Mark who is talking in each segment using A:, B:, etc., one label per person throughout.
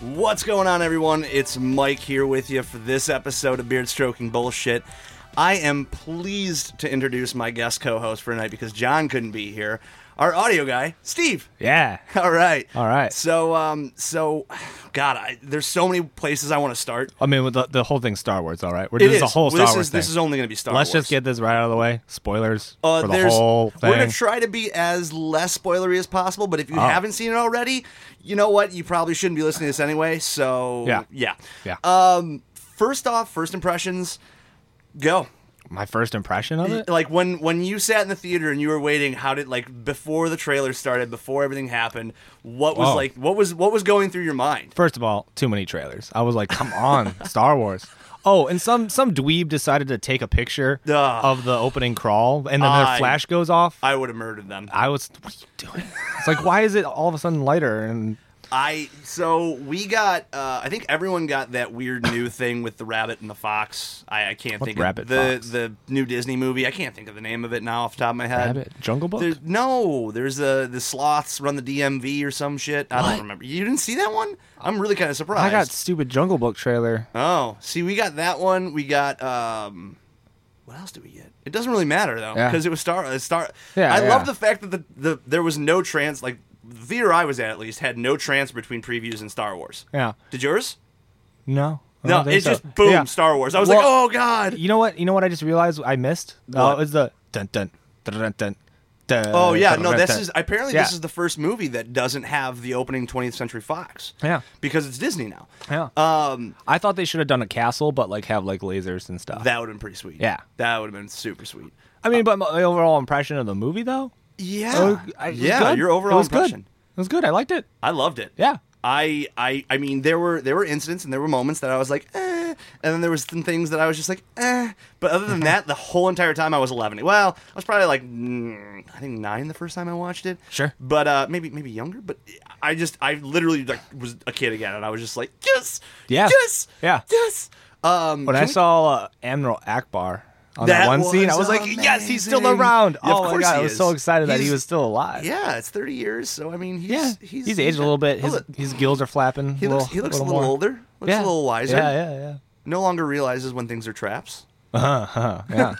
A: What's going on, everyone? It's Mike here with you for this episode of Beard Stroking Bullshit. I am pleased to introduce my guest co host for tonight because John couldn't be here. Our audio guy, Steve.
B: Yeah.
A: All right.
B: All right.
A: So, um, so, God, I, there's so many places I want to start.
B: I mean, with the, the whole thing's Star Wars, all right? We're
A: It
B: doing
A: is.
B: the whole
A: Well,
B: Star
A: this
B: Wars
A: is,
B: thing.
A: This is only going to be Star
B: Let's
A: Wars.
B: just get this right out of the way. Spoilers
A: Uh,
B: for the
A: there's-
B: whole thing. Oh.
A: We're gonna try to be as less spoilery as possible, but if you haven't seen it already, you know what? You probably shouldn't be listening to this anyway. So
B: Yeah.
A: yeah,
B: yeah.
A: Um, first off, first impressions. Go.
B: My first impression of it?
A: Like when when you sat in the theater and you were waiting, how did like before the trailer started, before everything happened, what was
B: Whoa.
A: like what was what was going through your mind?
B: First of all, too many trailers. I was like, come on, Star Wars. Oh, and some some dweeb decided to take a picture
A: Ugh.
B: of the opening crawl, and then
A: I-
B: their flash goes off. I,
A: I would have murdered them.
B: was, what are you doing? It's like, why is it all of a sudden lighter? And
A: I so we got uh, I think everyone got that weird new thing with the rabbit and the fox. I, I can't think
B: rabbit
A: of the
B: fox?
A: the new Disney movie. I can't think of the name of it now off the top of my head.
B: Rabbit? Jungle Book?
A: There- no, there's a the sloths run the DMV or some shit. I don't remember. You didn't see that one? I'm really kind of surprised.
B: I got stupid Jungle Book trailer.
A: Oh, see, we got that one. We got um, what else did we get? It doesn't really matter though,
B: Yeah.
A: because it was Star. It's Star.
B: Yeah,
A: I
B: yeah.
A: love the fact that the, the there was no trans. Like the theater I was at, at least, had no transfer between previews and Star Wars.
B: Yeah.
A: Did yours?
B: No. I
A: No,
B: don't think
A: it's
B: so.
A: just boom,
B: Yeah.
A: Star Wars. I was like,
B: Well-
A: oh god.
B: You know what? You know what? I just realized I missed.
A: What?
B: Oh, it's the dun dun dun dun dun. dun,
A: Oh yeah, no.
B: dun,
A: This
B: dun.
A: is apparently
B: Yeah.
A: this is the first movie that doesn't have the opening 20th Century Fox.
B: Yeah.
A: because it's Disney now.
B: yeah.
A: Um,
B: I thought they should have done a castle, but like have like lasers and stuff.
A: that would have been pretty sweet.
B: Yeah.
A: that would have been super sweet.
B: I mean, but my overall impression of the movie though.
A: Yeah,
B: Oh, it was- it was
A: yeah.
B: good.
A: Your overall
B: it was
A: impression.
B: Good. It was good. I liked it.
A: I loved it.
B: Yeah.
A: I, I I mean there were there were incidents and there were moments that I was like eh, and then there was some things that I was just like eh but other than that the whole entire time I was 11 well I was probably like mm, I think nine the first time I watched it
B: Sure.
A: but uh, maybe maybe younger but I just I literally like was a kid again and I was just like yes
B: Yeah.
A: yes
B: Yeah.
A: yes um
B: When
A: can
B: I
A: we-
B: saw uh, Admiral Akbar on that,
A: That
B: one scene, I
A: was
B: was like, yes, he's still
A: amazing.
B: around.
A: Yeah, of
B: oh my
A: course
B: god,
A: he
B: I was
A: is.
B: so excited that he
A: He's-
B: was still alive.
A: yeah it's 30 years so I mean he's
B: Yeah.
A: he's,
B: He's, aged a little bit.
A: he
B: His,
A: look-
B: his gills are flapping.
A: he looks he looks a little,
B: more.
A: older looks
B: yeah.
A: a little wiser
B: Yeah, yeah, yeah.
A: no longer realizes when things are traps.
B: Yeah.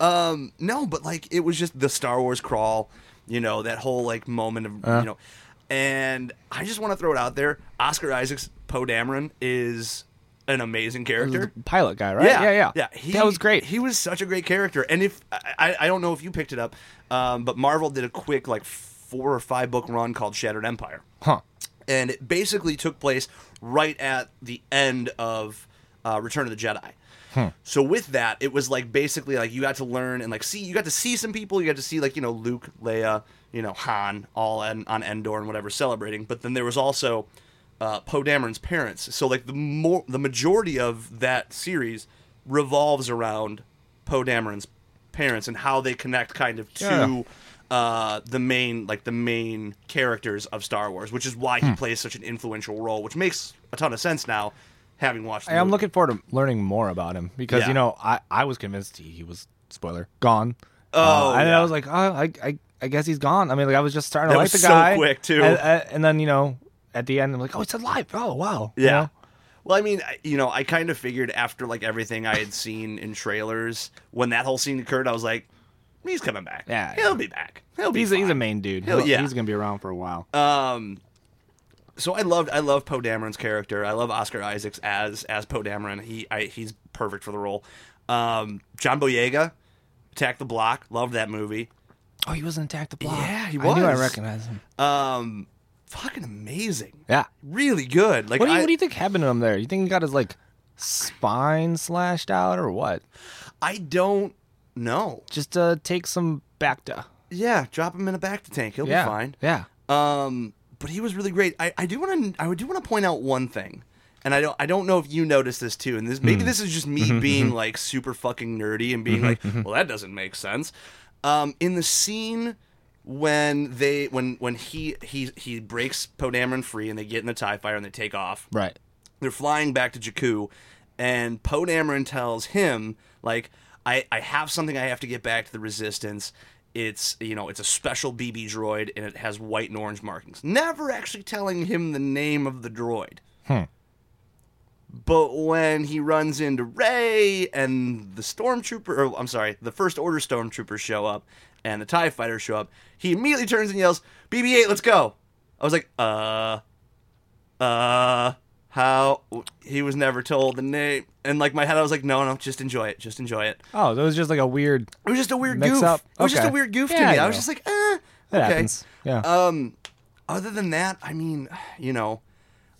A: No, but like it was just the Star Wars crawl, you know, that whole like moment of
B: Uh-huh.
A: you know, and I just want to throw it out there. Oscar Isaac's Poe Dameron is an amazing character.
B: the pilot guy, right? yeah, yeah.
A: yeah. He,
B: that was great.
A: He was such a great character. And if I, I- I don't know if you picked it up, um, but Marvel did a quick like four or five book run called Shattered Empire.
B: huh.
A: and it basically took place right at the end of uh, Return of the Jedi. So with that, it was like basically like you got to learn and like see you got to see some people, you got to see like you know Luke, Leia, you know Han, all en- on Endor and whatever celebrating. But then there was also uh, Poe Dameron's parents. So like the more the majority of that series revolves around Poe Dameron's parents and how they connect kind of to
B: Yeah.
A: uh, the main like the main characters of Star Wars, which is why he
B: Hmm.
A: plays such an influential role, which makes a ton of sense now, having watched. The
B: Hey, I'm
A: movie.
B: looking forward to learning more about him because
A: Yeah.
B: you know I, I was convinced he, he was spoiler gone.
A: Oh,
B: and
A: yeah.
B: I was like, oh, I, I I guess he's gone. I mean, like I was just starting
A: That
B: to like
A: was
B: the
A: so
B: guy
A: quick, too.
B: And, and- and then you know at the end I'm like, oh, it's alive. Oh wow. You
A: Yeah.
B: know?
A: Well, I mean, I- you know, I kind of figured after like everything I had seen in trailers, when that whole scene occurred, I was like, he's coming back.
B: Yeah,
A: he'll
B: yeah.
A: be back. He'll be.
B: He's a, he's a
A: fine."
B: main dude.
A: Hell
B: He'll-
A: yeah.
B: He's gonna be around for a while.
A: Um, so I loved I love Poe Dameron's character. I love Oscar Isaacs as as Poe Dameron. He I, he's perfect for the role. Um, John Boyega, Attack the Block. Loved that movie.
B: oh, he was in Attack the Block.
A: Yeah, he
B: I knew I
A: was.
B: recognized him.
A: Um, fucking amazing.
B: Yeah.
A: Really good. Like
B: What do you
A: I,
B: what do you think happened to him there? You think he got his like spine slashed out or what?
A: I don't know.
B: Just uh, take some Bacta.
A: Yeah, drop him in a back to tank. He'll
B: Yeah.
A: be fine.
B: Yeah.
A: Um, but he was really great. I, I do want to I do want to point out one thing, and I don't I don't know if you noticed this too. And this maybe
B: Hmm.
A: this is just
B: Mm-hmm,
A: me being like super fucking nerdy and being like, well, that doesn't make sense. Um, in the scene when they when when he he he breaks Poe Dameron free and they get in the Tie Fighter and they take off.
B: Right.
A: they're flying back to Jakku, and Poe Dameron tells him, like, I, I have something I have to get back to the Resistance, It's you know it's a special BB droid and it has white and orange markings. Never actually telling him the name of the droid. But when he runs into Ray and the stormtrooper, or I'm sorry, the First Order stormtroopers show up and the TIE fighters show up, he immediately turns and yells, BB 8, let's go. I was like, uh, uh, how? He was never told the name. And like my head, I was like, no, no, just enjoy it. Just enjoy it.
B: Oh, that was just like a weird.
A: It was just a weird
B: Mix
A: goof.
B: up.
A: It was just
B: Okay.
A: a weird goof
B: Yeah,
A: to
B: I
A: me. I was
B: know.
A: just like, eh.
B: That
A: okay.
B: happens. Yeah.
A: Um, other than that, I mean, you know,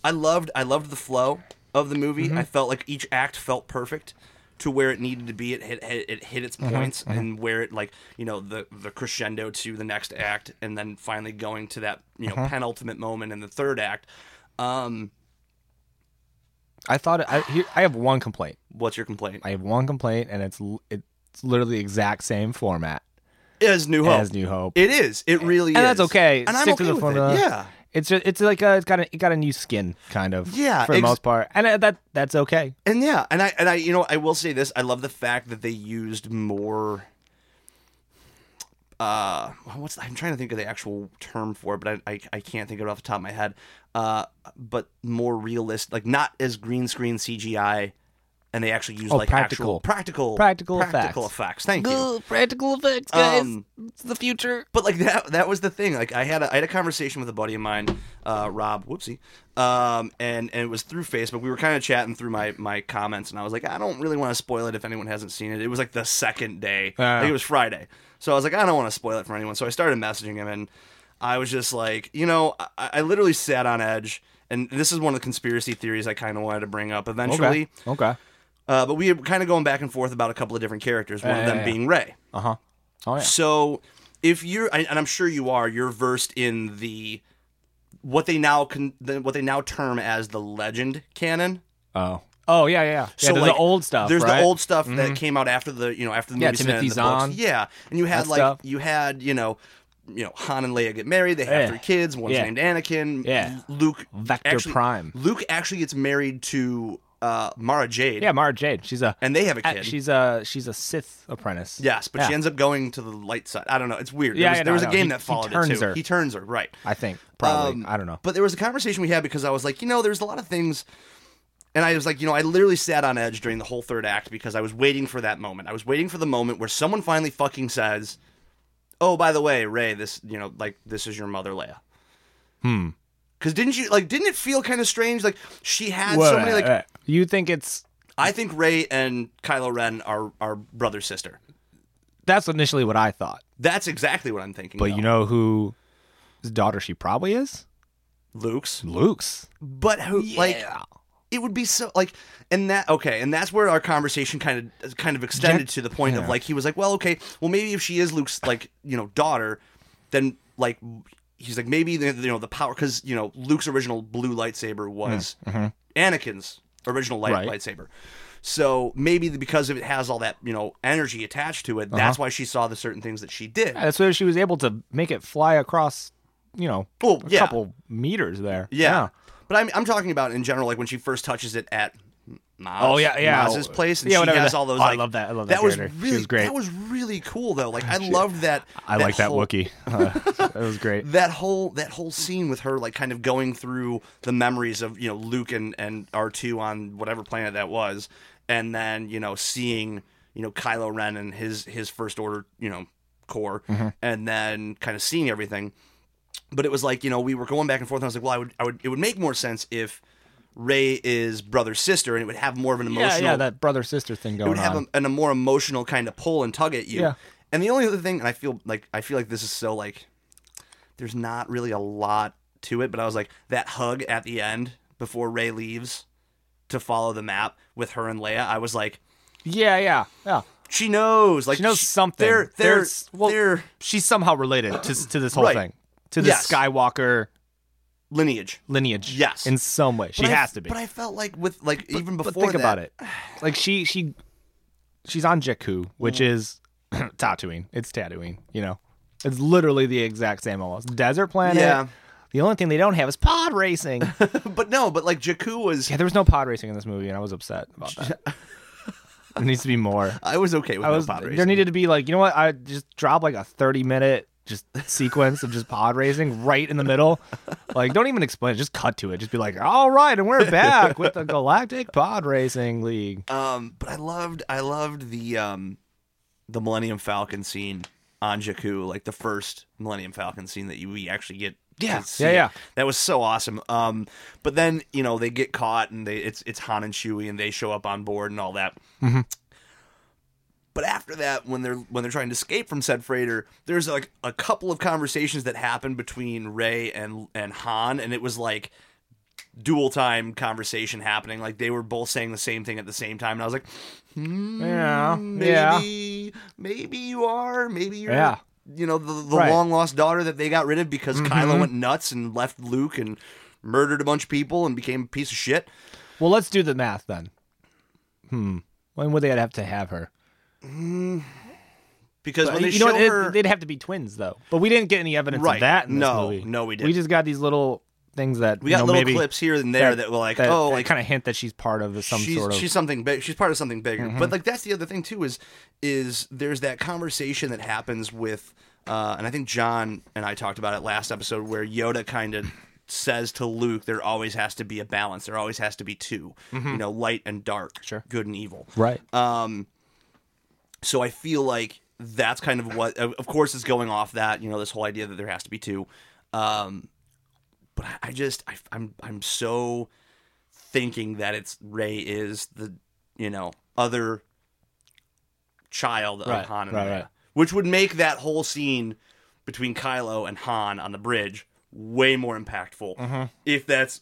A: I loved I loved the flow of the movie.
B: Mm-hmm.
A: I felt like each act felt perfect to where it needed to be. It hit it, it hit its
B: Mm-hmm.
A: points and where it like you know the the crescendo to the next act and then finally going to that you know
B: Mm-hmm.
A: penultimate moment in the third act. Um,
B: I thought it, I here, I have one complaint.
A: what's your complaint?
B: I have one complaint, and it's l- it's literally the exact same format
A: Is New Hope?
B: as New Hope.
A: it is. It really is.
B: and that's okay.
A: And I'm
B: Stick
A: okay
B: to the
A: with
B: formula.
A: It. Yeah.
B: It's just, it's like a, it's got a, it got a new skin kind of.
A: Yeah,
B: for the
A: ex-
B: most part, and uh, that that's okay.
A: And yeah, and I and I you know I will say this, I love the fact that they used more uh what's I'm trying to think of the actual term for it, but I I, I can't think of it off the top of my head. Uh but more realist like not as green screen CGI and they actually used like
B: practical.
A: actual practical
B: Oh, Practical
A: practical effects. Thank you.
B: practical effects,
A: guys. Um,
B: it's the future.
A: But like that that was the thing. Like I had a I had a conversation with a buddy of mine, uh, Rob, whoopsie. Um and, and it was through Facebook. We were kind of chatting through my my comments and I was like, I don't really want to spoil it if anyone hasn't seen it. It was like the second day.
B: Ah.
A: Like, it was Friday. So I was like, I don't want to spoil it for anyone. So I started messaging him and I was just like, you know, I, I literally sat on edge and this is one of the conspiracy theories I kind of wanted to bring up eventually.
B: Okay. Okay.
A: Uh, but we were kind of going back and forth about a couple of different characters, one
B: Yeah,
A: of them
B: yeah, yeah.
A: being Ray.
B: Uh huh. Oh yeah.
A: So if you're, I- and I'm sure you are, you're versed in the what they now con, the, what they now term as the legend canon.
B: Oh. Oh yeah yeah. yeah
A: so
B: there's
A: like,
B: the old stuff.
A: There's
B: right? Mm-hmm.
A: the old stuff that came out after the you know after the
B: Yeah,
A: movies and
B: Timothy
A: the books.
B: Zahn.
A: Yeah, and you had
B: That
A: like
B: stuff.
A: you had you know. You know, Han and Leia get married. They have
B: Yeah.
A: three kids. One's
B: Eh. Yeah.
A: named Anakin.
B: Yeah.
A: Luke.
B: Vector
A: actually,
B: Prime.
A: Luke actually gets married to uh, Mara Jade.
B: Yeah, Mara Jade. She's a
A: And they have a
B: uh,
A: kid.
B: she's a she's a Sith apprentice.
A: Yes, but
B: Yeah.
A: she ends up going to the light side. I don't know. It's weird.
B: Yeah,
A: there was,
B: yeah,
A: there
B: no,
A: was
B: no.
A: a game
B: He-
A: that
B: he
A: followed
B: turns
A: it too.
B: her.
A: He turns her right.
B: I think probably.
A: Um,
B: I don't know.
A: But there was a conversation we had because I was like, you know, there's a lot of things. And I was like, you know, I literally sat on edge during the whole third act because I was waiting for that moment. I was waiting for the moment where someone finally fucking says, "Oh, by the way, Ray, this, you know, like this is your mother, Leia." Hmm.
B: Hmm.
A: Because didn't you like? Didn't it feel kind of strange? Like she had so many. Like
B: you think it's
A: I think Ray and Kylo Ren are are brother sister.
B: that's initially what I thought,
A: That's exactly what I'm thinking.
B: but
A: though.
B: you know who his daughter she probably is
A: Luke's.
B: Luke's.
A: But who like it would be so like and that okay, and that's where our conversation kind of uh, kind of extended to the point of like he was like, "Well, okay, well maybe if she is Luke's like, you know, daughter, then like he's like maybe the, you know the power cuz you know Luke's original blue lightsaber was Anakin's original light,
B: Mm, mm-hmm. Right.
A: lightsaber. So maybe the- because of it has all that, you know, energy attached to it, that's why she saw the certain things that she did.
B: Uh-huh. that's where she was able to make it fly across, you know,
A: Well,
B: a
A: yeah.
B: couple meters there.
A: Yeah. But I'm, I'm talking about in general, like when she first touches it at Nas,
B: Oh yeah, yeah.
A: Nas's place, and
B: yeah,
A: she
B: whatever
A: has
B: that-
A: all those.
B: oh, I
A: like-
B: love that. I love that
A: was
B: character. She
A: really
B: was great. Oh,
A: That was really cool though. Like I loved that.
B: I like that
A: whole,
B: Wookiee. Uh, that was great.
A: That whole that whole scene with her like kind of going through the memories of you know Luke and and R two on whatever planet that was, and then you know seeing you know Kylo Ren and his his first order you know core,
B: Mm-hmm.
A: and then kind of seeing everything but it was like you know we were going back and forth and i was like well i would i would it would make more sense if ray is brother sister and it would have more of an emotional
B: Yeah, yeah. That brother sister thing
A: it
B: going
A: would have
B: on.
A: a, an, a more emotional kind of pull and tug at you
B: Yeah.
A: and the only other thing and i feel like i feel like this is so like there's not really a lot to it but i was like that hug at the end before ray leaves to follow the map with her and leia i was like
B: Yeah, yeah, yeah.
A: she knows like
B: She knows something.
A: they're they're,
B: There's- well,
A: they're
B: she's somehow related to to this whole
A: Right.
B: thing, to the
A: Yes.
B: Skywalker
A: lineage
B: lineage.
A: Yes.
B: in some way, she
A: But I-
B: has to be.
A: but i felt like with like even before
B: but think
A: that,
B: about it, like she she she's on Jakku, which
A: Mm.
B: is Tatooine. It's Tatooine. You know, it's literally the exact same almost desert planet.
A: Yeah.
B: The only thing they don't have is pod racing.
A: But no, but like Jakku was
B: yeah, there was no pod racing in this movie, and I was upset about that. There needs to be more.
A: I was okay with
B: I
A: no
B: was,
A: pod racing.
B: there needed to be like, you know what? I just drop like a 30 minute just sequence of just pod racing right in the middle. Like, don't even explain it. Just cut to it. Just be like, all right, and we're back with the Galactic Pod Racing League.
A: Um, but I loved I loved the um, the Millennium Falcon scene on Jakku, like the first Millennium Falcon scene that you we actually get. to
B: Yeah.
A: see
B: Yeah,
A: it.
B: yeah.
A: That was so awesome. Um, but then you know they get caught and they it's it's Han and Chewie and they show up on board and all that.
B: Mm-hmm.
A: But after that, when they're when they're trying to escape from said freighter, there's like a couple of conversations that happen between Ray and and Han, and it was like dual time conversation happening. Like they were both saying the same thing at the same time, and I was like, hmm,
B: Yeah, yeah.
A: maybe, maybe you are, maybe you're,
B: Yeah.
A: you know, the, the
B: Right. Mm-hmm.
A: long lost daughter that they got rid of because Kylo went nuts and left Luke and murdered a bunch of people and became a piece of shit.
B: Well, let's do the math then. Hmm. When would they have to have her?
A: Because when they
B: you
A: show
B: know, what, it-
A: her,
B: they'd have to be twins though. But we didn't get any evidence
A: Right.
B: of that. In this
A: No,
B: movie.
A: no, we
B: We
A: didn't.
B: just got these little things that
A: we
B: you
A: got
B: know,
A: little
B: maybe
A: clips here and there that, were like, oh, like
B: kind of hint that she's part of some
A: she's,
B: sort of. Mm-hmm.
A: she's something big. She's part of something bigger. But like that's the other thing too is is there's that conversation that happens with, uh, and I think John and I talked about it last episode where Yoda kind of says to Luke, there always has to be a balance. There always has to be 2 you know, light and dark, sure, good and evil.
B: Mm-hmm. right.
A: uh, So I feel like that's kind of what, of of course, is going off that you know this whole idea that there has to be two. Um, but I, I just I, I'm I'm so thinking that it's Ray is the you know other child
B: Right,
A: of Han and
B: right,
A: Leia,
B: right.
A: which would make that whole scene between Kylo and Han on the bridge way more impactful
B: Mm-hmm.
A: if that's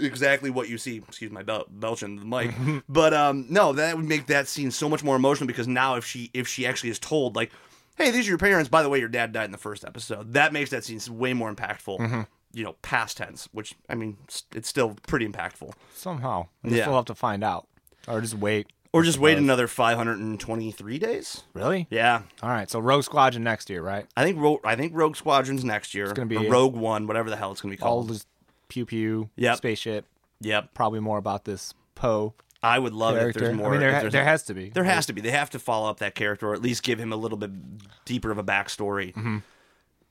A: exactly what you see. Excuse my bel- belch in the mic,
B: Mm-hmm.
A: but um, no, that would make that scene so much more emotional because now if she if she actually is told like, hey, these are your parents. By the way, your dad died in the first episode. That makes that scene way more impactful.
B: Mm-hmm.
A: You know, past tense, which I mean, s- it's still pretty impactful.
B: Somehow, we
A: Yeah.
B: still have to find out, or just wait.
A: Or just wait another 523 days.
B: Really?
A: Yeah,
B: All right. So Rogue Squadron next year, right?
A: I think Ro- I think Rogue Squadron's next year. It's
B: gonna be-
A: Rogue One, whatever the hell it's gonna be
B: All
A: called.
B: just pew pew.
A: Oh. Yep.
B: Spaceship.
A: yep,
B: Probably more about this Poe
A: I would love it Oh, if
B: character.
A: there's more.
B: I mean,
A: if
B: there, ha-
A: there's-
B: there has to be.
A: There has to be. They have to follow up that character, or at least give him a little bit deeper of a backstory
B: Mm-hmm.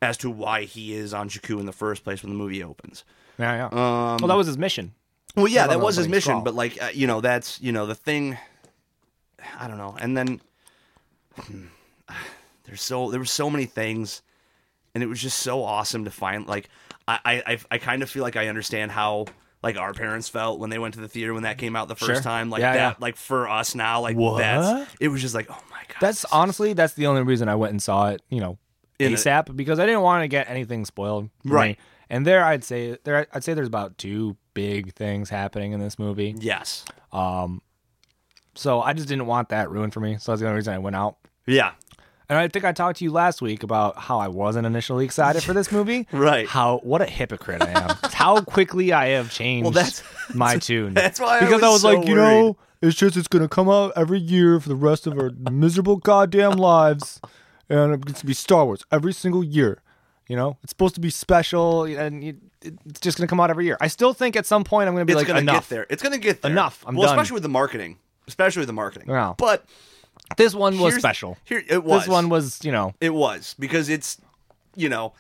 A: as to why he is on Jakku in the first place when the movie opens.
B: Yeah, yeah.
A: Um,
B: well, that was his mission.
A: Well, yeah,
B: Well,
A: that
B: no,
A: was his
B: but he's
A: mission,
B: wrong.
A: but like uh, you know, that's you know the thing. I don't know, and then there's so there were so many things, and it was just so awesome to find. Like I I I, I kind of feel like I understand how. Like our parents felt when they went to the theater when that came out the first
B: Sure.
A: time, like
B: Yeah,
A: that,
B: yeah.
A: like for us now, like that's
B: What?
A: it was just like, oh my god,
B: That's honestly that's the only reason I went and saw it, you know,
A: In a-
B: ASAP because I didn't want to get anything spoiled. for me.
A: Right.
B: And there I'd say there I'd say there's about two big things happening in this movie.
A: yes,
B: So I just didn't want that ruined for me. So that's the only reason I went out.
A: yeah,
B: And I think I talked to you last week about how I wasn't initially excited for this movie.
A: Right.
B: How what a hypocrite I am. It's how quickly I have changed
A: that's-
B: my tune.
A: that's why I
B: because I was
A: was so
B: like, you know, it's just it's gonna come out every year for the rest of our miserable goddamn lives, and it's gonna be Star Wars every single year. You know, it's supposed to be special, and you, it's just gonna come out every year. I still think at some point I'm gonna be
A: it's
B: like
A: gonna
B: enough.
A: get there. It's gonna get there.
B: Enough. I'm
A: well,
B: done.
A: especially with the marketing, especially with the marketing.
B: Yeah.
A: But
B: This one was
A: here's-
B: special.
A: Here it was.
B: This one was, you know,
A: It was because it's, you know,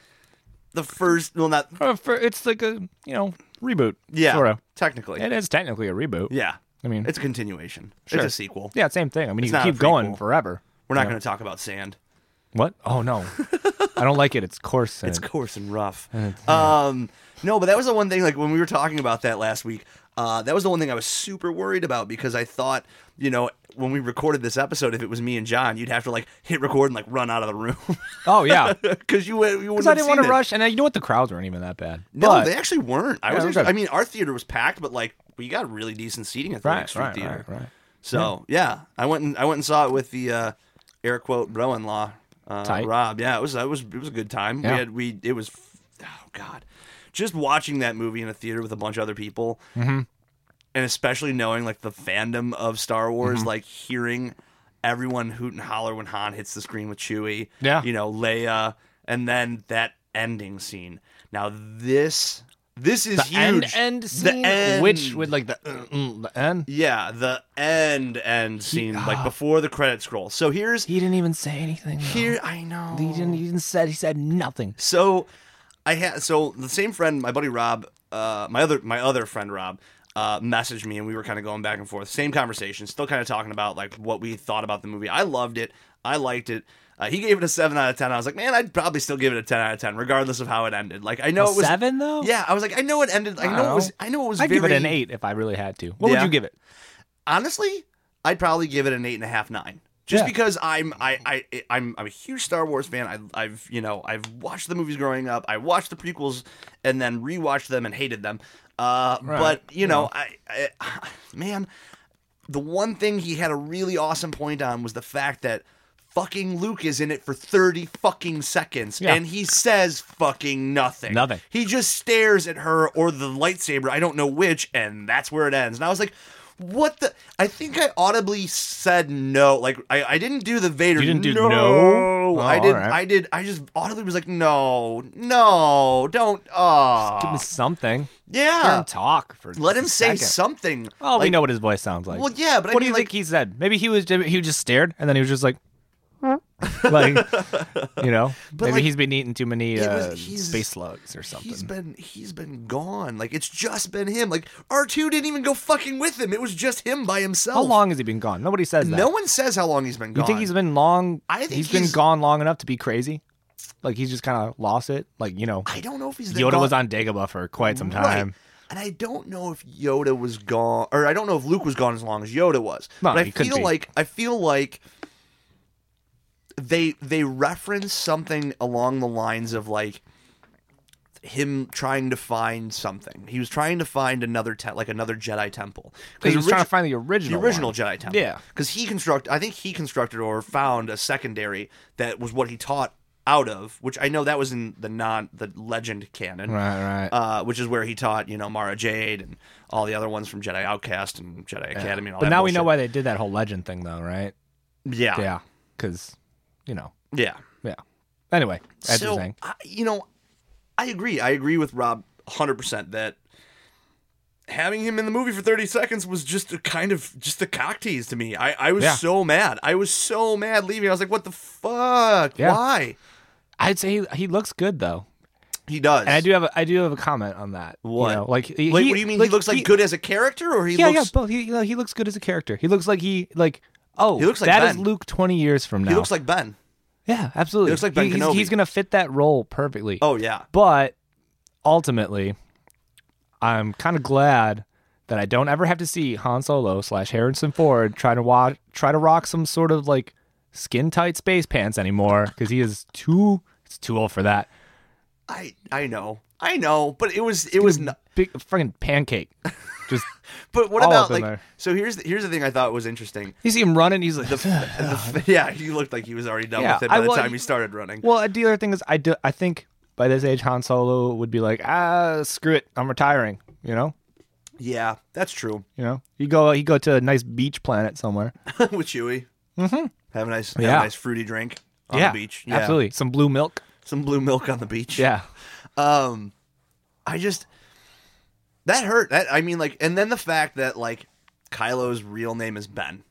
A: the first. Well, not
B: Uh, for, it's like a you know reboot.
A: yeah.
B: sort of.
A: Technically,
B: It is technically a reboot.
A: yeah.
B: I mean-
A: it's a continuation. It's a sequel.
B: Yeah, same thing. I mean, you
A: not
B: can
A: a
B: keep going
A: prequel.
B: forever.
A: We're not going to talk about sand.
B: What? Oh no, I don't like it. It's coarse. and
A: It's
B: it-
A: coarse and rough. Um, no, but that was the one thing. Like when we were talking about that last week, uh, that was the one thing I was super worried about because I thought, you know, when we recorded this episode, if it was me and John, you'd have to like hit record and like run out of the room
B: oh yeah, because
A: because you, would- you wouldn't.
B: I
A: have
B: didn't want
A: seen
B: to
A: it.
B: rush. And uh, you know what? The crowds weren't even that bad.
A: No,
B: but,
A: they actually weren't. I was.
B: it was
A: Actually,
B: good.
A: I mean, our theater was packed, but like we got really decent seating at the
B: Right,
A: Lake Street
B: right,
A: Theater.
B: right, right.
A: So yeah. I went and I went and saw it with the uh, air quote bro in law uh,
B: Tight.
A: Rob. Yeah, it was it was it was a good time. We
B: Yeah.
A: had we it was oh god, just watching that movie in a theater with a bunch of other people, and especially knowing like the fandom of Star Wars,
B: Mm-hmm.
A: like hearing everyone hoot and holler when Han hits the screen with Chewie.
B: Yeah.
A: you know Leia, and then that ending scene. Now this This is
B: The end
A: huge.
B: end
A: The
B: scene,
A: end.
B: which with like the uh, mm, the end.
A: yeah, the end end scene, like before the credit scroll. So here's
B: uh, He uh, didn't even say anything. though.
A: here. I know
B: He didn't. He didn't said. He said nothing.
A: So I had so the same friend, my buddy Rob, uh, my other my other friend Rob, uh, messaged me and we were kind of going back and forth, same conversation, still kind of talking about like what we thought about the movie. I loved it, I liked it. Uh, he gave it a seven out of ten. I was like, man, I'd probably still give it a ten out of ten, regardless of how it ended. Like I know
B: A
A: it was
B: seven, though?
A: Yeah, I was like, I know it ended. I, know it was. I know it was.
B: I'd give it
A: very-
B: an eight if I really had to. What would
A: Yeah.
B: you give it?
A: honestly, I'd probably give it an eight and a half, nine. Just
B: Yeah.
A: because I'm I, I I'm I'm a huge Star Wars fan. I, I've you know I've watched the movies growing up. I watched the prequels and then rewatched them and hated them. Uh, But you know, I, I man, the one thing he had a really awesome point on was the fact that fucking Luke is in it for thirty fucking seconds
B: Yeah.
A: and he says fucking nothing.
B: Nothing.
A: He just stares at her or the lightsaber, I don't know which, and that's where it ends. And I was like, what the? I think I audibly said no. Like, I, I didn't do the Vader.
B: You didn't do
A: no.
B: no? Oh,
A: I did.
B: alright.
A: I did. I just audibly was like, no, no, don't. Oh,
B: Give me something. Let
A: yeah.
B: him talk for.
A: Let
B: just
A: him
B: a
A: say
B: second.
A: something.
B: Oh, we
A: Like,
B: know what his voice sounds like.
A: Well, yeah, but I
B: what do
A: mean,
B: you
A: like,
B: think he said? Maybe he was he just stared and then he was just like, like, you know, maybe
A: like,
B: he's been eating too many
A: it was-
B: uh,
A: he's-
B: space slugs or something.
A: He's been he's been gone. Like it's just been him. Like R two didn't even go fucking with him. It was just him by himself.
B: How long has he been gone? Nobody says that.
A: oh, No one says how long he's been gone.
B: you think he's been long?
A: I think
B: he's been
A: he's-
B: gone long enough to be crazy. Like he's just kind of lost it. Like you know,
A: I don't know if he's been
B: Yoda
A: gone.
B: was on Dagobah for quite some
A: Right.
B: time.
A: And I don't know if Yoda was gone, or I don't know if Luke was gone as long as Yoda was.
B: No,
A: but I
B: he couldn't
A: feel
B: be.
A: like I feel like they they reference something along the lines of like him trying to find something. He was trying to find another te- like another Jedi temple.
B: 'Cause he
A: Because
B: was trying to find the original.
A: the original
B: one.
A: Jedi Temple.
B: Yeah.
A: because he construct. I think he constructed or found a secondary that was what he taught out of. Which I know that was in the non the legend canon,
B: Right, right.
A: Uh, which is where he taught you know Mara Jade and all the other ones from Jedi Outcast and Jedi Academy. And all
B: But
A: that
B: now we
A: bullshit.
B: know
A: Ah.
B: why they did that whole legend thing, though, right?
A: Yeah, yeah,
B: Yeah, because you know,
A: yeah.
B: yeah. Anyway, that's the
A: so
B: thing.
A: I, you know, I agree. I agree with Rob hundred percent that. Having him in the movie for 30 seconds was just a kind of just a cock tease to me. I, I was
B: Yeah.
A: so mad. I was so mad leaving. I was like, what the fuck?
B: Yeah.
A: Why?
B: I'd say he, he looks good though.
A: He does.
B: And I do have a, I do have a comment on that. you
A: What?
B: know, like, he,
A: Wait, what do you mean? he looks like good as a character, or he
B: Yeah,
A: looks
B: yeah. Both. He, you know, he looks good as a character. He looks like he like. Oh,
A: He looks like
B: that is
A: Ben.
B: Luke twenty years from now.
A: he looks like Ben?
B: yeah, absolutely.
A: looks like Ben
B: he's,
A: Kenobi.
B: he's gonna fit that role perfectly.
A: Oh yeah,
B: but ultimately, I'm kind of glad that I don't ever have to see Han Solo slash Harrison Ford try to watch, try to rock some sort of like skin tight space pants anymore because he is too it's too old for that.
A: I I know, I know, but it was it was. Not,
B: Big fucking pancake. Just
A: but what
B: all
A: about
B: up in
A: like?
B: there.
A: So here's the, here's the thing I thought was interesting.
B: you see him running, he's like.
A: The f- yeah, he looked like he was already done
B: Yeah,
A: with it by
B: I-
A: the
B: well,
A: time
B: you-
A: he started running.
B: well, the other thing is, I do, I think by this age, Han Solo would be like, ah, screw it, I'm retiring. You know,
A: yeah, that's true.
B: you know, he go he go to a nice beach planet somewhere.
A: With Chewie, mm-hmm. have a nice have
B: Yeah.
A: a nice fruity drink on the beach. Yeah,
B: absolutely, some blue milk.
A: Some blue milk on the beach.
B: Yeah,
A: Um, I just that hurt. That I mean, like, and then the fact that like Kylo's real name is Ben.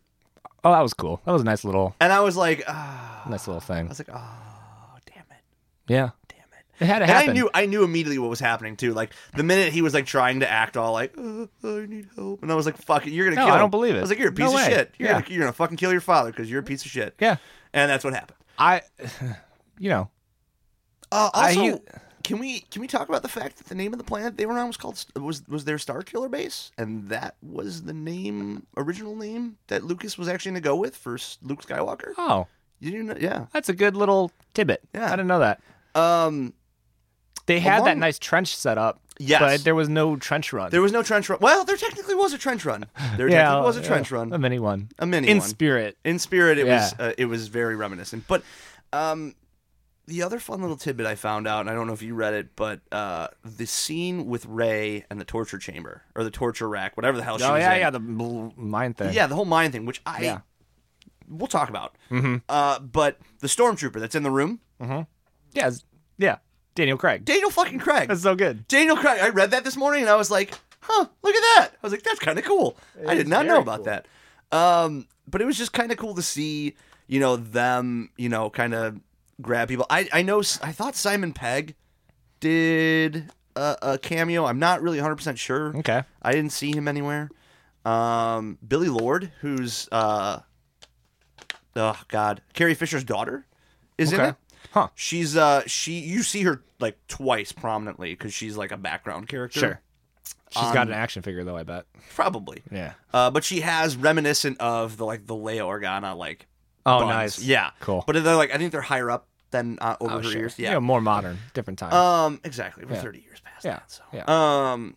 B: Oh, that was cool. That was a nice little,
A: And I was like, ah.
B: nice little
A: I
B: thing.
A: was like, oh, damn it,
B: Yeah,
A: damn it.
B: it had to
A: And
B: happen.
A: I knew, I knew immediately what was happening too. Like the minute he was like trying to act all like, uh, I need help, and I was like, fuck it, you're gonna
B: No,
A: kill.
B: I don't
A: him.
B: believe it.
A: I was like, you're a
B: No
A: piece of
B: way.
A: shit. You're,
B: Yeah.
A: gonna, you're gonna fucking kill your father because you're a piece of shit.
B: Yeah,
A: And that's what happened.
B: I, you know,
A: Uh,
B: I-
A: also,
B: you-
A: can we can we talk about the fact that the name of the planet they were on was called was was their Star Killer Base, and that was the name original name that Lucas was actually going to go with for S- Luke Skywalker.
B: oh,
A: You didn't know, yeah.
B: that's a good little tidbit.
A: Yeah.
B: I didn't know that.
A: Um,
B: They had that
A: Along-
B: nice trench set up.
A: Yes.
B: but there was no trench run.
A: there was no trench run. Well, there technically was a trench run. There
B: yeah,
A: technically was a
B: yeah,
A: trench
B: a
A: run,
B: mini one,
A: a mini
B: in
A: one.
B: spirit.
A: In spirit, it was
B: Yeah.
A: uh, it was very reminiscent. But um, the other fun little tidbit I found out, and I don't know if you read it, but uh, the scene with Ray and the torture chamber or the torture rack, whatever the hell she
B: Oh
A: was
B: yeah,
A: in.
B: yeah, the bl- mind thing.
A: Yeah, the whole mind thing, which I
B: Yeah. Mm-hmm.
A: we'll talk about. Uh, but the stormtrooper that's in the room,
B: yeah, it's- yeah. Daniel Craig.
A: Daniel fucking Craig.
B: That's so good.
A: Daniel Craig. I read that this morning and I was like, huh, look at that. I was like, that's kind of cool. I
B: is
A: did not know
B: very
A: about
B: cool.
A: that. Um, but it was just kind of cool to see, you know, them, you know, kind of grab people. I, I know, S- I thought Simon Pegg did a, a cameo. I'm not really 100% sure.
B: Okay.
A: I didn't see him anywhere. Um, Billy Lord, who's, uh, oh, God, Carrie Fisher's daughter is in
B: Okay.
A: it.
B: Huh.
A: She's uh she you see her like twice prominently because she's like a background character.
B: Sure. She's got
A: Um,
B: an action figure though, I bet.
A: Probably.
B: Yeah.
A: Uh, but she has reminiscent of the like the Leia Organa like.
B: Oh,
A: buns.
B: nice.
A: Yeah.
B: Cool. Oh,
A: But they're like I think they're higher up than uh, over her ears.
B: Yeah, more modern, different time.
A: Um, exactly. We're
B: Yeah.
A: thirty years past
B: Yeah,
A: that. So.
B: yeah.
A: Um,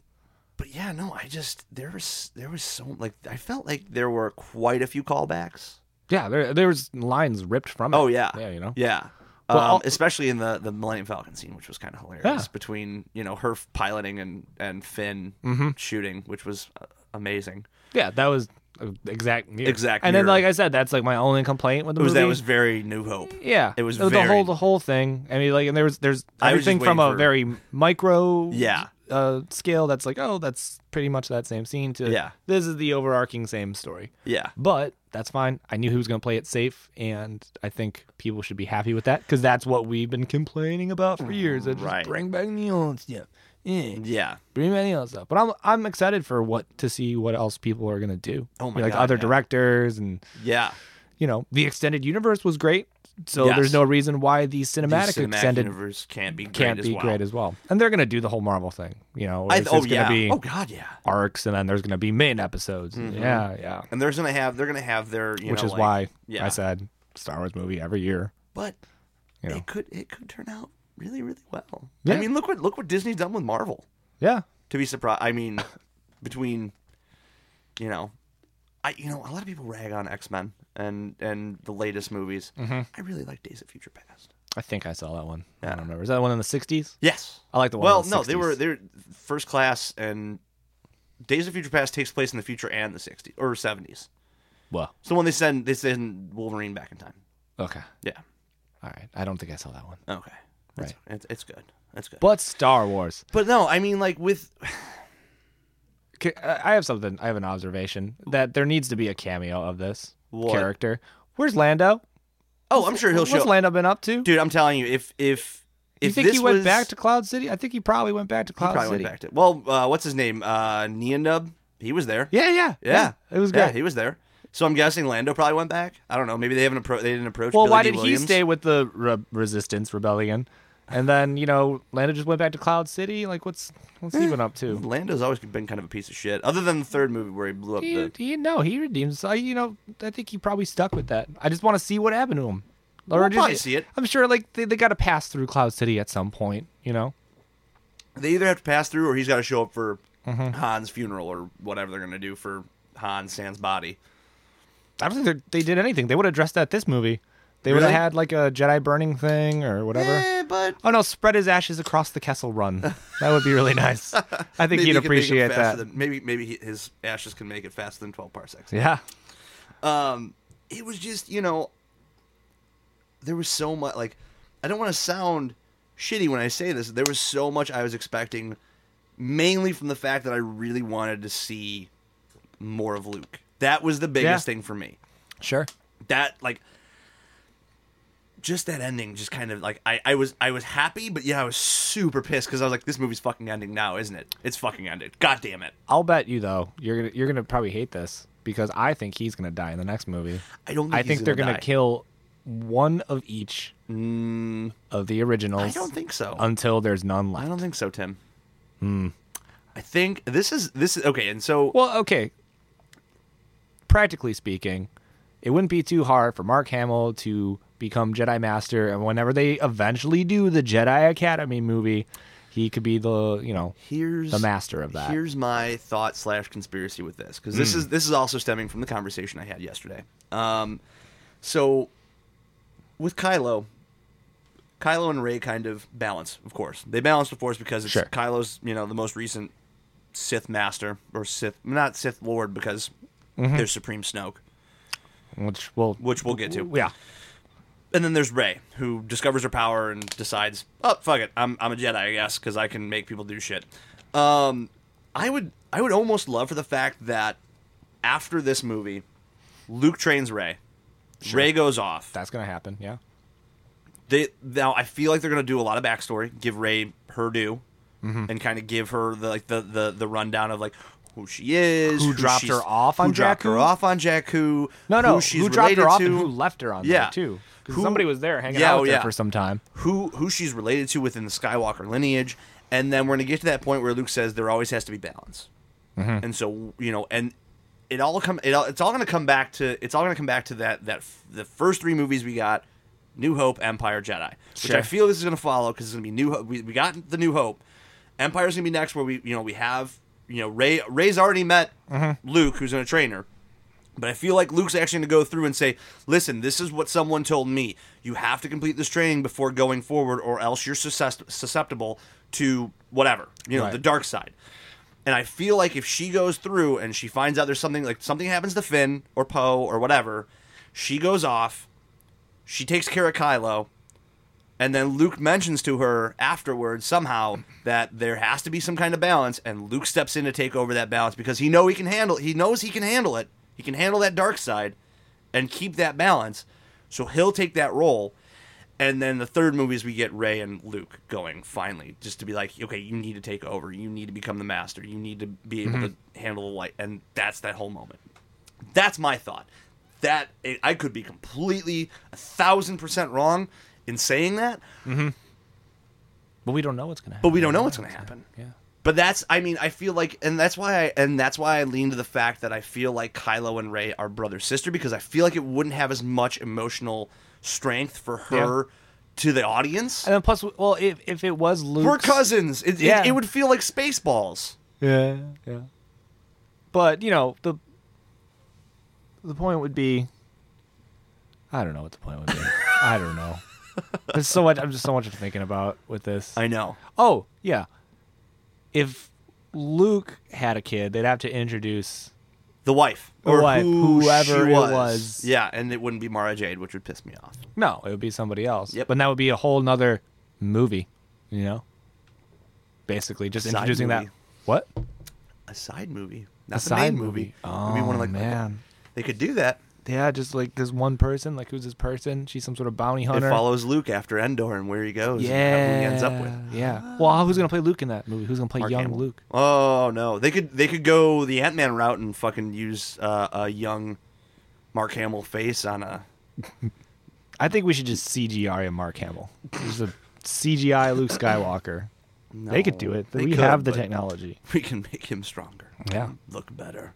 A: but yeah, no, I just there was there was so like I felt like there were quite a few callbacks.
B: yeah, there there was lines ripped from it.
A: Oh yeah,
B: Yeah, you know.
A: yeah.
B: Well,
A: um,
B: I'll-
A: especially in the the Millennium Falcon scene, which was kind of hilarious
B: Yeah.
A: between you know her f- piloting and and Finn
B: Mm-hmm.
A: shooting, which was uh, amazing.
B: Yeah, that was uh, exact mirror.
A: Exact
B: And then
A: mirror.
B: like I said, that's like my only complaint with the
A: It was
B: movie.
A: that was very New Hope.
B: yeah,
A: it was
B: the
A: very-
B: whole the whole thing. I mean, like, and there was there's
A: I was just
B: everything from
A: waiting
B: a
A: for-
B: very micro
A: Yeah.
B: uh, scale that's like, oh, that's pretty much that same scene. To
A: Yeah.
B: this is the overarching same story.
A: Yeah,
B: But that's fine. I knew he was going to play it safe, and I think people should be happy with that because that's what we've been complaining about for years. It's just
A: Right.
B: bring back the old stuff. Yeah,
A: yeah.
B: bring back the old stuff. But I'm I'm excited for what to see what else people are going to do.
A: Oh my
B: like
A: God,
B: other
A: yeah.
B: directors and
A: Yeah.
B: you know the extended universe was great. So
A: Yes.
B: there's no reason why the
A: The
B: cinematic,
A: cinematic
B: extended
A: universe can't be great
B: can't
A: as
B: be
A: well.
B: great as well. And they're going to do the whole Marvel thing. You know, where
A: I,
B: it's
A: oh
B: just going
A: yeah.
B: to be
A: Oh god, yeah.
B: arcs, and then there's going to be main episodes. Yeah, yeah.
A: And there's gonna have they're gonna have their you
B: Which
A: know,
B: is
A: like-
B: why
A: yeah.
B: I said Star Wars movie every year.
A: but
B: You know.
A: it could it could turn out really really well.
B: Yeah.
A: I mean, look what look what Disney's done with Marvel.
B: Yeah.
A: to be surprised. I mean, between you know, I you know a lot of people rag on X Men and and the latest movies.
B: Mm-hmm.
A: I really like Days of Future Past.
B: I think I saw that one. I
A: Yeah.
B: don't remember. Is that the one in the 60s?
A: Yes.
B: I like the one
A: Well,
B: in the
A: no, they
B: 60s.
A: were they were first class and Days of Future Past takes place in the future and the 60s or 70s.
B: Well,
A: So when they send they send Wolverine back in time.
B: okay.
A: Yeah.
B: All right. I don't think I saw that one.
A: Okay. That's-
B: Right.
A: It's, it's good. That's good. But,
B: But Star Wars.
A: no, I mean like with
B: K- I I have something. I have an observation that there needs to be a cameo of this
A: What?
B: character. Where's Lando?
A: Oh, I'm sure he'll
B: What's
A: show
B: Lando been up to?
A: Dude, I'm telling you if if if
B: you think
A: this
B: he went
A: was...
B: back to Cloud City? I think he probably went back to
A: He
B: Cloud
A: probably
B: City.
A: went back to well, uh, what's his name? Uh, Neonub. He was there.
B: Yeah, yeah,
A: yeah,
B: It was
A: Yeah,
B: great.
A: he was there. So I'm guessing Lando probably went back. I don't know. Maybe they haven't. Appro- they didn't approach.
B: well,
A: Billy
B: why
A: D.
B: did
A: Williams.
B: he stay with the re- resistance rebellion? And then you know, Lando just went back to Cloud City. Like, what's what's
A: Eh.
B: he been up to?
A: Lando's always been kind of a piece of shit. Other than the third movie where he blew up
B: He,
A: the.
B: he no, he redeems. I, you know, I think he probably stuck with that. I just want to see what happened to him. Or
A: We'll
B: just-
A: probably see it.
B: I'm sure, like they, they got to pass through Cloud City at some point. You know,
A: They either have to pass through or he's got to show up for
B: Mm-hmm.
A: Han's funeral or whatever they're gonna do for Han San's body.
B: I don't think they're- they did anything. They would have addressed that this movie. They would
A: Really?
B: have had like a Jedi burning thing or whatever.
A: Eh, but
B: Oh no, spread his ashes across the Kessel Run. That would be really nice. I think
A: maybe he
B: he'd
A: can make it
B: appreciate
A: faster
B: that.
A: Than, maybe maybe he, his ashes can make it faster than 12 parsecs.
B: Yeah.
A: um it was just you know there was so much like i don't want to sound shitty when i say this there was so much i was expecting mainly from the fact that i really wanted to see more of luke that was the biggest
B: Yeah.
A: thing for me
B: Sure.
A: that like just that ending just kind of like I, I was I was happy but yeah I was super pissed because I was like this movie's fucking ending now isn't it it's fucking ended god damn it
B: I'll bet you though, you're gonna you're gonna probably hate this because I think he's gonna die in the next movie.
A: I don't think
B: I think
A: he's
B: they're
A: gonna
B: gonna
A: die.
B: kill one of each of the originals.
A: Mm. I don't think so
B: until there's none
A: I
B: left.
A: don't think so, Tim. Hmm. I think this is this is okay, and so
B: Well, okay. Practically speaking, it wouldn't be too hard for Mark Hamill to become Jedi Master, and whenever they eventually do the Jedi Academy movie, he could be the you know
A: here's
B: the master of that. Hmm.
A: Here's my thought slash conspiracy with this because this is this is also stemming from the conversation I had yesterday. Um, so with Kylo, Kylo and Ray kind of balance, of course. They balance the Force because it's
B: Sure.
A: Kylo's you know the most recent Sith Master or Sith, not Sith Lord
B: Mm-hmm.
A: because there's Supreme Snoke,
B: which will
A: which we'll get to.
B: yeah
A: and then there's Rey, who discovers her power and decides, oh fuck it, I'm I'm a Jedi, I guess, because I can make people do shit. Um, I would I would almost love for the fact that after this movie, Luke trains Rey. Rey goes off.
B: That's gonna happen. Yeah.
A: They now I feel like they're gonna do a lot of backstory, give Rey her due,
B: Mm-hmm.
A: and kind of give her the like the, the the rundown of like who she is,
B: Who dropped
A: she's-
B: her off on
A: who dropped her
B: Jakku?
A: off on Jakku,
B: No, no.
A: who she's
B: dropped
A: related
B: her off
A: to,
B: and who left her on
A: Yeah.
B: there too? Because
A: Who-
B: somebody was there hanging
A: Yeah,
B: out
A: oh,
B: with her
A: yeah.
B: for some time.
A: who who she's related to within the Skywalker lineage, and then we're gonna get to that point where Luke says there always has to be balance, and so you know, and it all come it all, it's all gonna come back to it's all gonna come back to that that f- the first three movies we got, New Hope, Empire, Jedi, which I
B: Sure.
A: feel this is gonna follow because it's gonna be New Hope. We, we got the New Hope, Empire's gonna be next where we you know we have you know Ray Ray's already met Luke who's gonna train her. But I feel like Luke's actually going to go through and say, listen, this is what someone told me. You have to complete this training before going forward, or else you're suscep- susceptible to whatever, you know,
B: Right.
A: the dark side. And I feel like if she goes through and she finds out there's something like something happens to Finn or Poe or whatever, she goes off, she takes care of Kylo, and then Luke mentions to her afterwards somehow that there has to be some kind of balance, and Luke steps in to take over that balance because he know he can handle he knows he can handle it. He can handle that dark side and keep that balance. So he'll take that role. And then the third movie is we get Ray and Luke going finally, just to be like, okay, you need to take over. You need to become the master. You need to be able to handle the light. And that's that whole moment. That's my thought. That I- I could be completely a thousand percent wrong in saying that,
B: But we don't know what's gonna happen.
A: but we don't know what's going to happen.
B: Yeah.
A: But that's I mean I feel like and that's why I and that's why I lean to the fact that I feel like Kylo and Ray are brother sister because I feel like it wouldn't have as much emotional strength for her to the audience.
B: And then plus, well, if if it was Luke,
A: We're cousins. It, it-
B: Yeah.
A: it, would feel like Spaceballs.
B: Yeah, yeah. But you know the the point would be, I don't know what the point would be. I don't know. There's so much. I'm just so much thinking about with this.
A: I know.
B: oh yeah, if Luke had a kid, they'd have to introduce.
A: The wife
B: The wife,
A: who
B: whoever
A: she
B: it
A: was.
B: was.
A: Yeah, and it wouldn't be Mara Jade, which would piss me off.
B: No, it would be somebody else.
A: Yep.
B: But that would be a whole nother movie, you know. Basically, just
A: Side
B: introducing that.
A: movie.
B: What?
A: A side movie, not the
B: side
A: main movie.
B: movie.
A: It'd be
B: Oh,
A: one of like
B: man.
A: they could do that.
B: Yeah, just like this one person. Like who's this person? She's some sort of bounty
A: It
B: hunter.
A: follows Luke after Endor and where he goes.
B: yeah,
A: and who he ends up with.
B: Yeah. Well, who's gonna play Luke in that movie? Who's gonna play
A: Mark
B: young
A: Hamill.
B: Luke?
A: Oh no, they could they could go the Ant Man route and fucking use uh, a young Mark Hamill face on a.
B: I think we should just CGI and Mark Hamill. Just a CGI Luke Skywalker. They could do it.
A: They
B: we
A: could,
B: have the
A: but
B: technology.
A: We can make him stronger.
B: Yeah. Mm-hmm.
A: look better.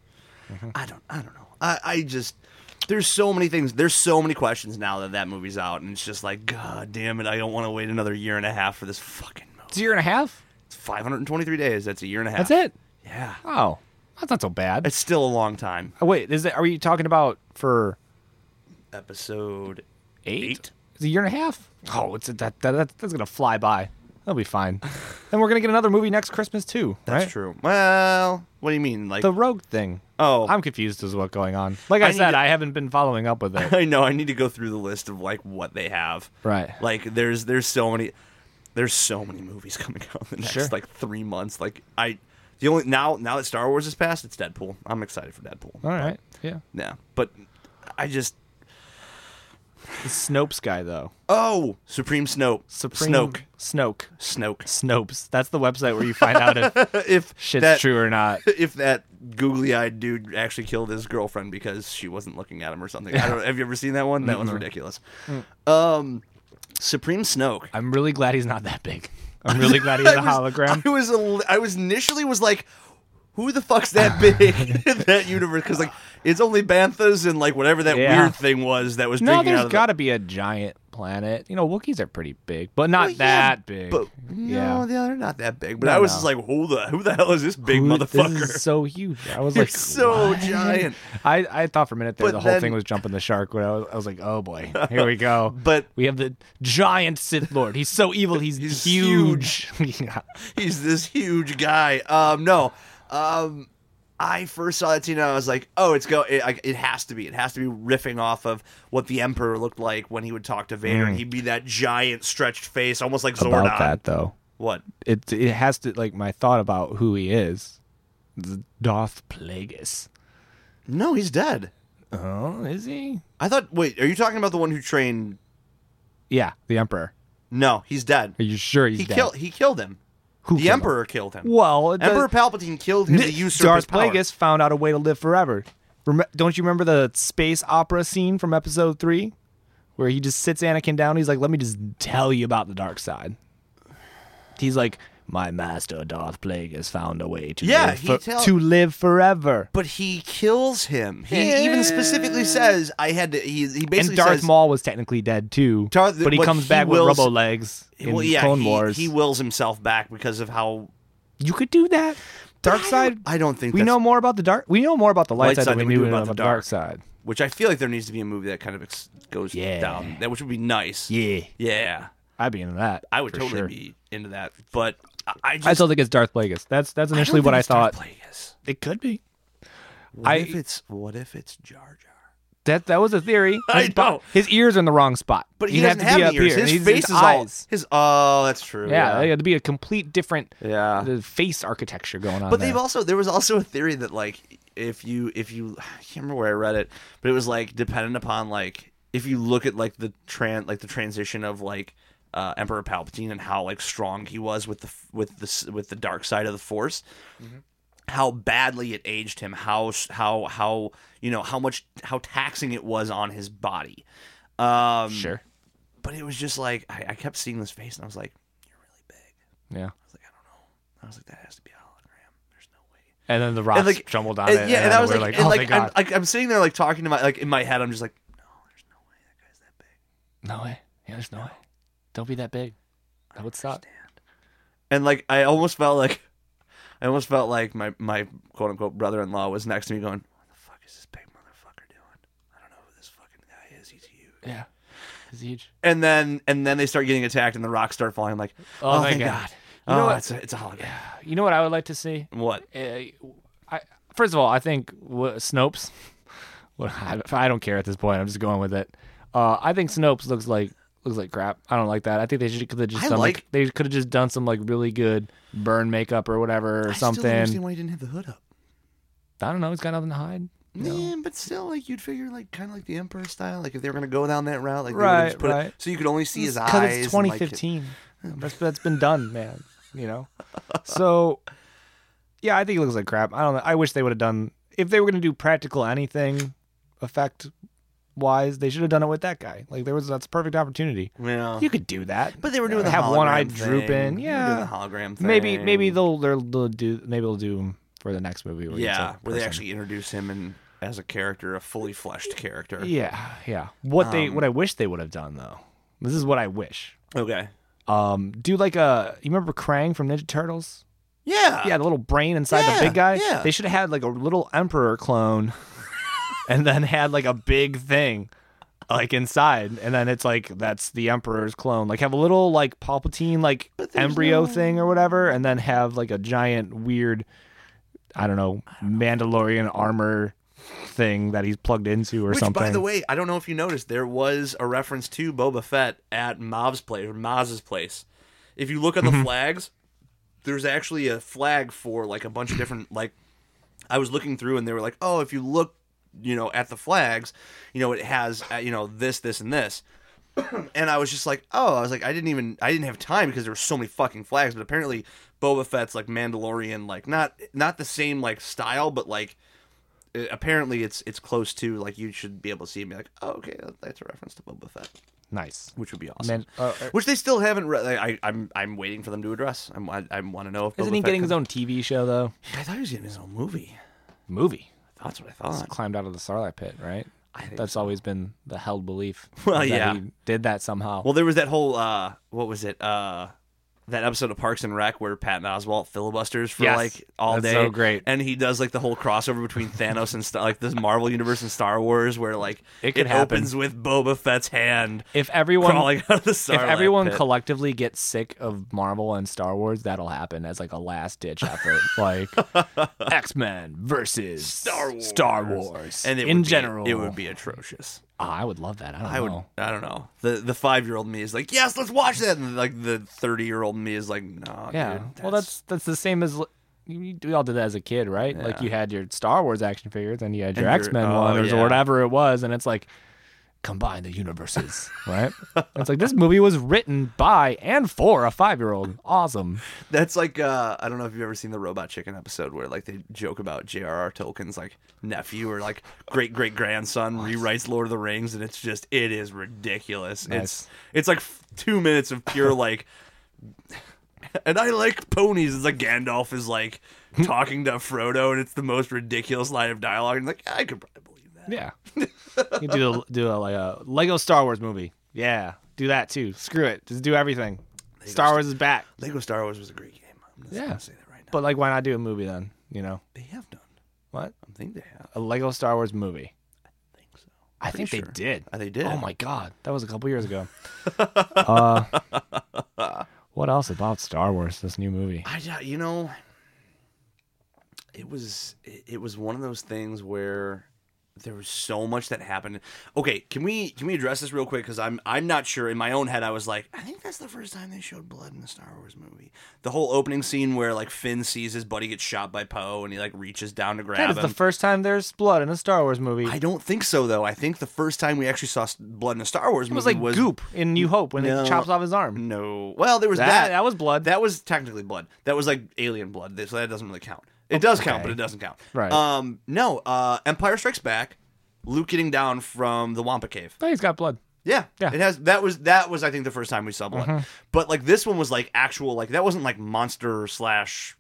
A: I don't. I don't know. I, I just there's so many things. There's so many questions now that that movie's out, and it's just like, God damn it! I don't want to wait another year and a half for this fucking movie.
B: It's a year and a half.
A: It's 523 days. That's a year and a half.
B: That's it.
A: Yeah,
B: Oh, that's not so bad.
A: it's still a long time.
B: Oh, Wait, is it, are we talking about for
A: Episode
B: eight?
A: Eight.
B: It's a year and a half. Oh, it's a, that, that that's, that's gonna fly by. That'll be fine. and we're gonna get another movie next Christmas too.
A: That's
B: right?
A: true. Well, what do you mean? Like
B: The Rogue thing.
A: Oh.
B: I'm confused as to what's going on. Like I,
A: I need
B: said,
A: to-
B: I haven't been following up with it.
A: I know. I need to go through the list of like what they have.
B: Right.
A: Like there's there's so many there's so many movies coming out in the next
B: Sure.
A: like three months. Like I the only now now that Star Wars is passed, it's Deadpool. I'm excited for Deadpool.
B: All right. Yeah.
A: Yeah, but I just
B: The Snopes guy though.
A: oh Supreme Snoke
B: Supreme
A: Snoke
B: Snoke.
A: Snoke.
B: Snopes. That's the website where you find out if
A: if
B: shit's
A: that,
B: true or not.
A: If that googly-eyed dude actually killed his girlfriend because she wasn't looking at him or something, I don't. Have you ever seen that one? That one's ridiculous.
B: Mm.
A: Um, Supreme Snoke.
B: I'm really glad he's not that big. I'm really glad he's a
A: I was-
B: hologram.
A: I was, a- I was initially was like, who the fuck's that big in that universe? Because like it's only banthas and like whatever that
B: Yeah.
A: weird thing was that was
B: No,
A: drinking out
B: there's
A: of
B: got to be a giant planet. You know, Wookiees are pretty big, but not
A: Well, yeah,
B: that big.
A: the. But
B: Yeah.
A: no, they're not that big. But
B: No,
A: I was
B: no.
A: just like, who the who the hell is this big
B: Who- this
A: motherfucker?
B: is so huge. I was
A: You're
B: like,
A: so
B: what?
A: giant.
B: I, I thought for a minute there
A: But
B: the whole
A: then-
B: thing was jumping the shark. When I was, I was like, oh boy, here we go.
A: But-
B: we have the giant Sith Lord. He's so evil. He's,
A: He's
B: huge. yeah.
A: He's this huge guy. Um, no, um, I first saw that scene, and I was like, "Oh, it's go! It, I- it has to be. It has to be riffing off of what the Emperor looked like when he would talk to Vader. and He'd be that giant stretched face, almost like Zordon.
B: Hmm. about that though.
A: What?
B: It it has to like my thought about who he is. is Darth Plagueis.
A: No, he's dead.
B: Oh, is he?
A: I thought. Wait, are you talking about the one who trained?
B: Yeah, the Emperor.
A: No, he's dead.
B: Are you sure he's
A: he
B: dead?
A: killed. He killed him.
B: Who
A: the
B: killed him?
A: Emperor killed him.
B: Well, the-
A: Emperor Palpatine killed him to usurp his
B: Darth
A: power.
B: Plagueis found out a way to live forever. Rem- don't you remember the space opera scene from Episode Three, where he just sits Anakin down? He's like, "Let me just tell you about the dark side." He's like, "My master Darth Plagueis found a way to
A: Yeah,
B: live
A: he
B: fo-
A: tell-
B: to live forever."
A: But he kills him. He even specifically says, "I had to." He, he basically
B: and Darth
A: says,
B: Maul was technically dead too,
A: Darth-
B: but he
A: but
B: comes
A: he
B: back
A: wills-
B: with robo legs in
A: well, yeah,
B: Clone
A: he,
B: Wars.
A: he wills himself back because of how
B: you could do that. Dark side.
A: I don't think
B: we
A: that's-
B: know more about the dark. We know more about the light,
A: Light
B: side
A: side
B: than we
A: than we
B: knew
A: do
B: about the dark side.
A: which I feel like there needs to be a movie that kind of ex- goes
B: Yeah.
A: down that, which would be nice.
B: Yeah,
A: Yeah.
B: I'd be into that.
A: I would
B: for
A: totally
B: sure.
A: be into that, but I, I just
B: I still think it's Darth Plagueis. That's that's
A: I don't
B: initially what
A: think
B: I
A: it's Darth
B: thought.
A: Plagueis.
B: It could be.
A: What
B: I-
A: if it's what if it's Jar Jar?
B: That that was a theory. His
A: I
B: bo-
A: know.
B: his ears are in the wrong spot.
A: But he
B: He'd
A: doesn't
B: have to
A: have, any
B: be up
A: ears.
B: here.
A: His
B: He's-
A: face is all
B: eyes.
A: his. Oh, that's true.
B: Yeah, it'd be a complete different
A: Yeah.
B: uh, face architecture going on.
A: But
B: there.
A: they've also there was also a theory that like if you if you I can't remember where I read it, but it was like dependent upon like if you look at like the tran like the transition of like uh, Emperor Palpatine and how like strong he was with the f- with the s- with the dark side of the Force.
B: Mm-hmm.
A: How badly it aged him, how s- how how you know how much how taxing it was on his body. Um,
B: sure.
A: but it was just like I, I kept seeing this face, and I was like, "You're really big."
B: Yeah,
A: I was like, "I don't know." I was like, "That has to be a hologram. There's no way."
B: and then the rocks
A: and like
B: jumbled on
A: and,
B: it.
A: Yeah, and,
B: then
A: I was
B: we're
A: like,
B: oh
A: and,
B: my
A: like, I'm,
B: god,
A: like I'm sitting there like talking to my like in my head, I'm just like, no, there's no way that guy's that big.
B: no way. Yeah, there's no way. Don't be that big. That would suck.
A: And like I almost felt like I almost felt like my my quote unquote brother in law was next to me going, what the fuck is this big motherfucker doing? I don't know who this fucking guy is. He's huge.
B: Yeah, it's huge.
A: And then and then they start getting attacked, and the rocks start falling. I'm like,
B: Oh
A: oh,
B: my
A: thank
B: God.
A: God.
B: You know
A: oh,
B: what?
A: it's a, it's a hologram.
B: You know what I would like to see?
A: What?
B: uh, I, first of all, I think wha- Snopes. Well, I, I don't care at this point. I'm just going with it. Uh, I think Snopes looks like looks like crap. I don't like that. I think they should could have just
A: I
B: done like,
A: like-
B: they could have just done some like really good burn makeup or whatever or
A: I still don't
B: something.
A: understand why he didn't have the hood up.
B: I don't know. He's got nothing to hide.
A: Yeah, but still, like you'd figure, like kind of like the Emperor style, like if they were gonna go down that route, like they
B: Right,
A: would've just put
B: right.
A: it so you could only see his eyes.
B: Because it's
A: and, like,
B: 2015. that's that's been done, man. You know. So, yeah, I think it looks like crap. I don't know. I wish they would have done if they were going to do practical anything, effect wise. They should have done it with that guy. Like there was that's a perfect opportunity.
A: yeah,
B: You could do that.
A: but they were doing the
B: have one eye
A: hologram thing.
B: drooping.
A: They were doing
B: Yeah.
A: the hologram. Thing.
B: maybe maybe they'll, they'll they'll do maybe they'll do him for the next movie. Where he's
A: yeah,
B: a
A: where they
B: person.
A: actually introduce him and as a character, a fully fleshed character.
B: Yeah, yeah. What
A: Um,
B: they what I wish they would have done though. This is what I wish.
A: Okay.
B: Um, do like a you remember Krang from Ninja Turtles?
A: Yeah.
B: Yeah, the little brain inside
A: Uh, Yeah,
B: the big guy.
A: yeah.
B: They should have had like a little emperor clone and then had like a big thing like inside and then it's like that's the emperor's clone. Like have a little like Palpatine like embryo thing or whatever and then have like a giant weird I don't know Mandalorian armor thing that he's plugged into or
A: Which,
B: something.
A: by the way, I don't know if you noticed, there was a reference to Boba Fett at Mav's place or Maz's place. If you look at the
B: Mm-hmm.
A: flags, there's actually a flag for like a bunch of different like. I was looking through, and they were like, "Oh, if you look, you know, at the flags, you know, it has, uh, you know, this, this, and this." and I was just like, "Oh, I was like, I didn't even, I didn't have time because there were so many fucking flags." But apparently, Boba Fett's like Mandalorian, like not not the same like style, but like uh, apparently it's it's close to like you should be able to see and be like, oh, okay, that- that's a reference to Boba Fett,
B: nice.
A: which would be awesome.
B: Man, uh, uh,
A: which they still haven't. Re- I, I, I'm I'm waiting for them to address. I'm, I, I want to know if
B: isn't
A: Boba
B: he
A: Fett
B: getting
A: comes-
B: his own TV show though?
A: I thought he was getting his own movie.
B: Movie.
A: That's what I thought.
B: climbed out of the Sarlacc pit, right?
A: I think
B: That's always been the held belief.
A: Well,
B: that
A: yeah.
B: he did that somehow.
A: Well, there was that whole uh, what was it? Uh, that episode of Parks and Rec where Patton Oswalt filibusters for
B: Yes.
A: like all
B: That's
A: day.
B: so great.
A: and he does like the whole crossover between Thanos and Star- like this Marvel universe and Star Wars where like
B: It could happen.
A: opens with Boba Fett's hand
B: If everyone
A: crawling out of the
B: if
A: Starlight
B: everyone
A: Pit.
B: collectively gets sick of Marvel and Star Wars, that'll happen as like a last ditch effort, like X Men versus Star
A: Wars.
B: Star Wars,
A: and it
B: in
A: would be-
B: general,
A: it would be atrocious.
B: Oh, I would love that. I don't
A: I would.
B: know.
A: I don't know. the The five year old me is like, yes, let's watch that. And like the thirty year old me is like, no.
B: Yeah.
A: dude,
B: Well, that's that's the same as. you- you- We all did that as a kid, right? Like
A: Yeah.
B: you had your Star Wars action figures, and you had your
A: And your-
B: X Men
A: oh,
B: ones, or
A: yeah.
B: whatever it was, and it's like combine the universes, right? it's like this movie was written by and for a five year old. Awesome.
A: That's like uh, I don't know if you've ever seen the Robot Chicken episode where like they joke about J.R.R. Tolkien's like nephew or like great great grandson rewrites Lord of the Rings and it's just it is ridiculous.
B: Nice.
A: It's it's like f- two minutes of pure like. And I like ponies. It's like Gandalf is like talking to Frodo, and it's the most ridiculous line of dialogue. And like I could probably believe that.
B: Yeah. you can do a, do a, like a Lego Star Wars movie. Yeah. Do that too. Screw it. Just do everything. Star Wars is back.
A: Lego Star Wars was a great game. I'm just
B: Yeah.
A: gonna say that right now.
B: But like, why not do a movie then? You know
A: They have done.
B: what?
A: I think they have.
B: A Lego Star Wars movie.
A: I think so.
B: I think
A: sure.
B: they did.
A: Uh, they did.
B: Oh my god, that was a couple years ago. uh, what else about Star Wars? This new movie.
A: I d- you know, it was it it was one of those things where there was so much that happened. Okay, can we can we address this real quick? Because I'm I'm not sure. In my own head, I was like, I think that's the first time they showed blood in a Star Wars movie. The whole opening scene where like Finn sees his buddy get shot by Poe, and he like reaches down to grab
B: That
A: him.
B: is the first time there's blood in a Star Wars movie.
A: I don't think so though. I think the first time we actually saw s- blood in a Star Wars
B: it was
A: movie
B: like Goop in New Hope when
A: No.
B: he chops off his arm.
A: No. Well, there was
B: That-
A: that.
B: that was blood.
A: That was technically blood. That was like alien blood. So that doesn't really count. It does count, but it doesn't count.
B: Right.
A: Um. No. Uh. Empire Strikes Back. Luke getting down from the Wampa Cave.
B: Oh, he's got blood.
A: Yeah.
B: Yeah. Mm-hmm.
A: It has. That was. That was. I think the first time we saw blood. But like this one was like actual. Like that wasn't like monster slash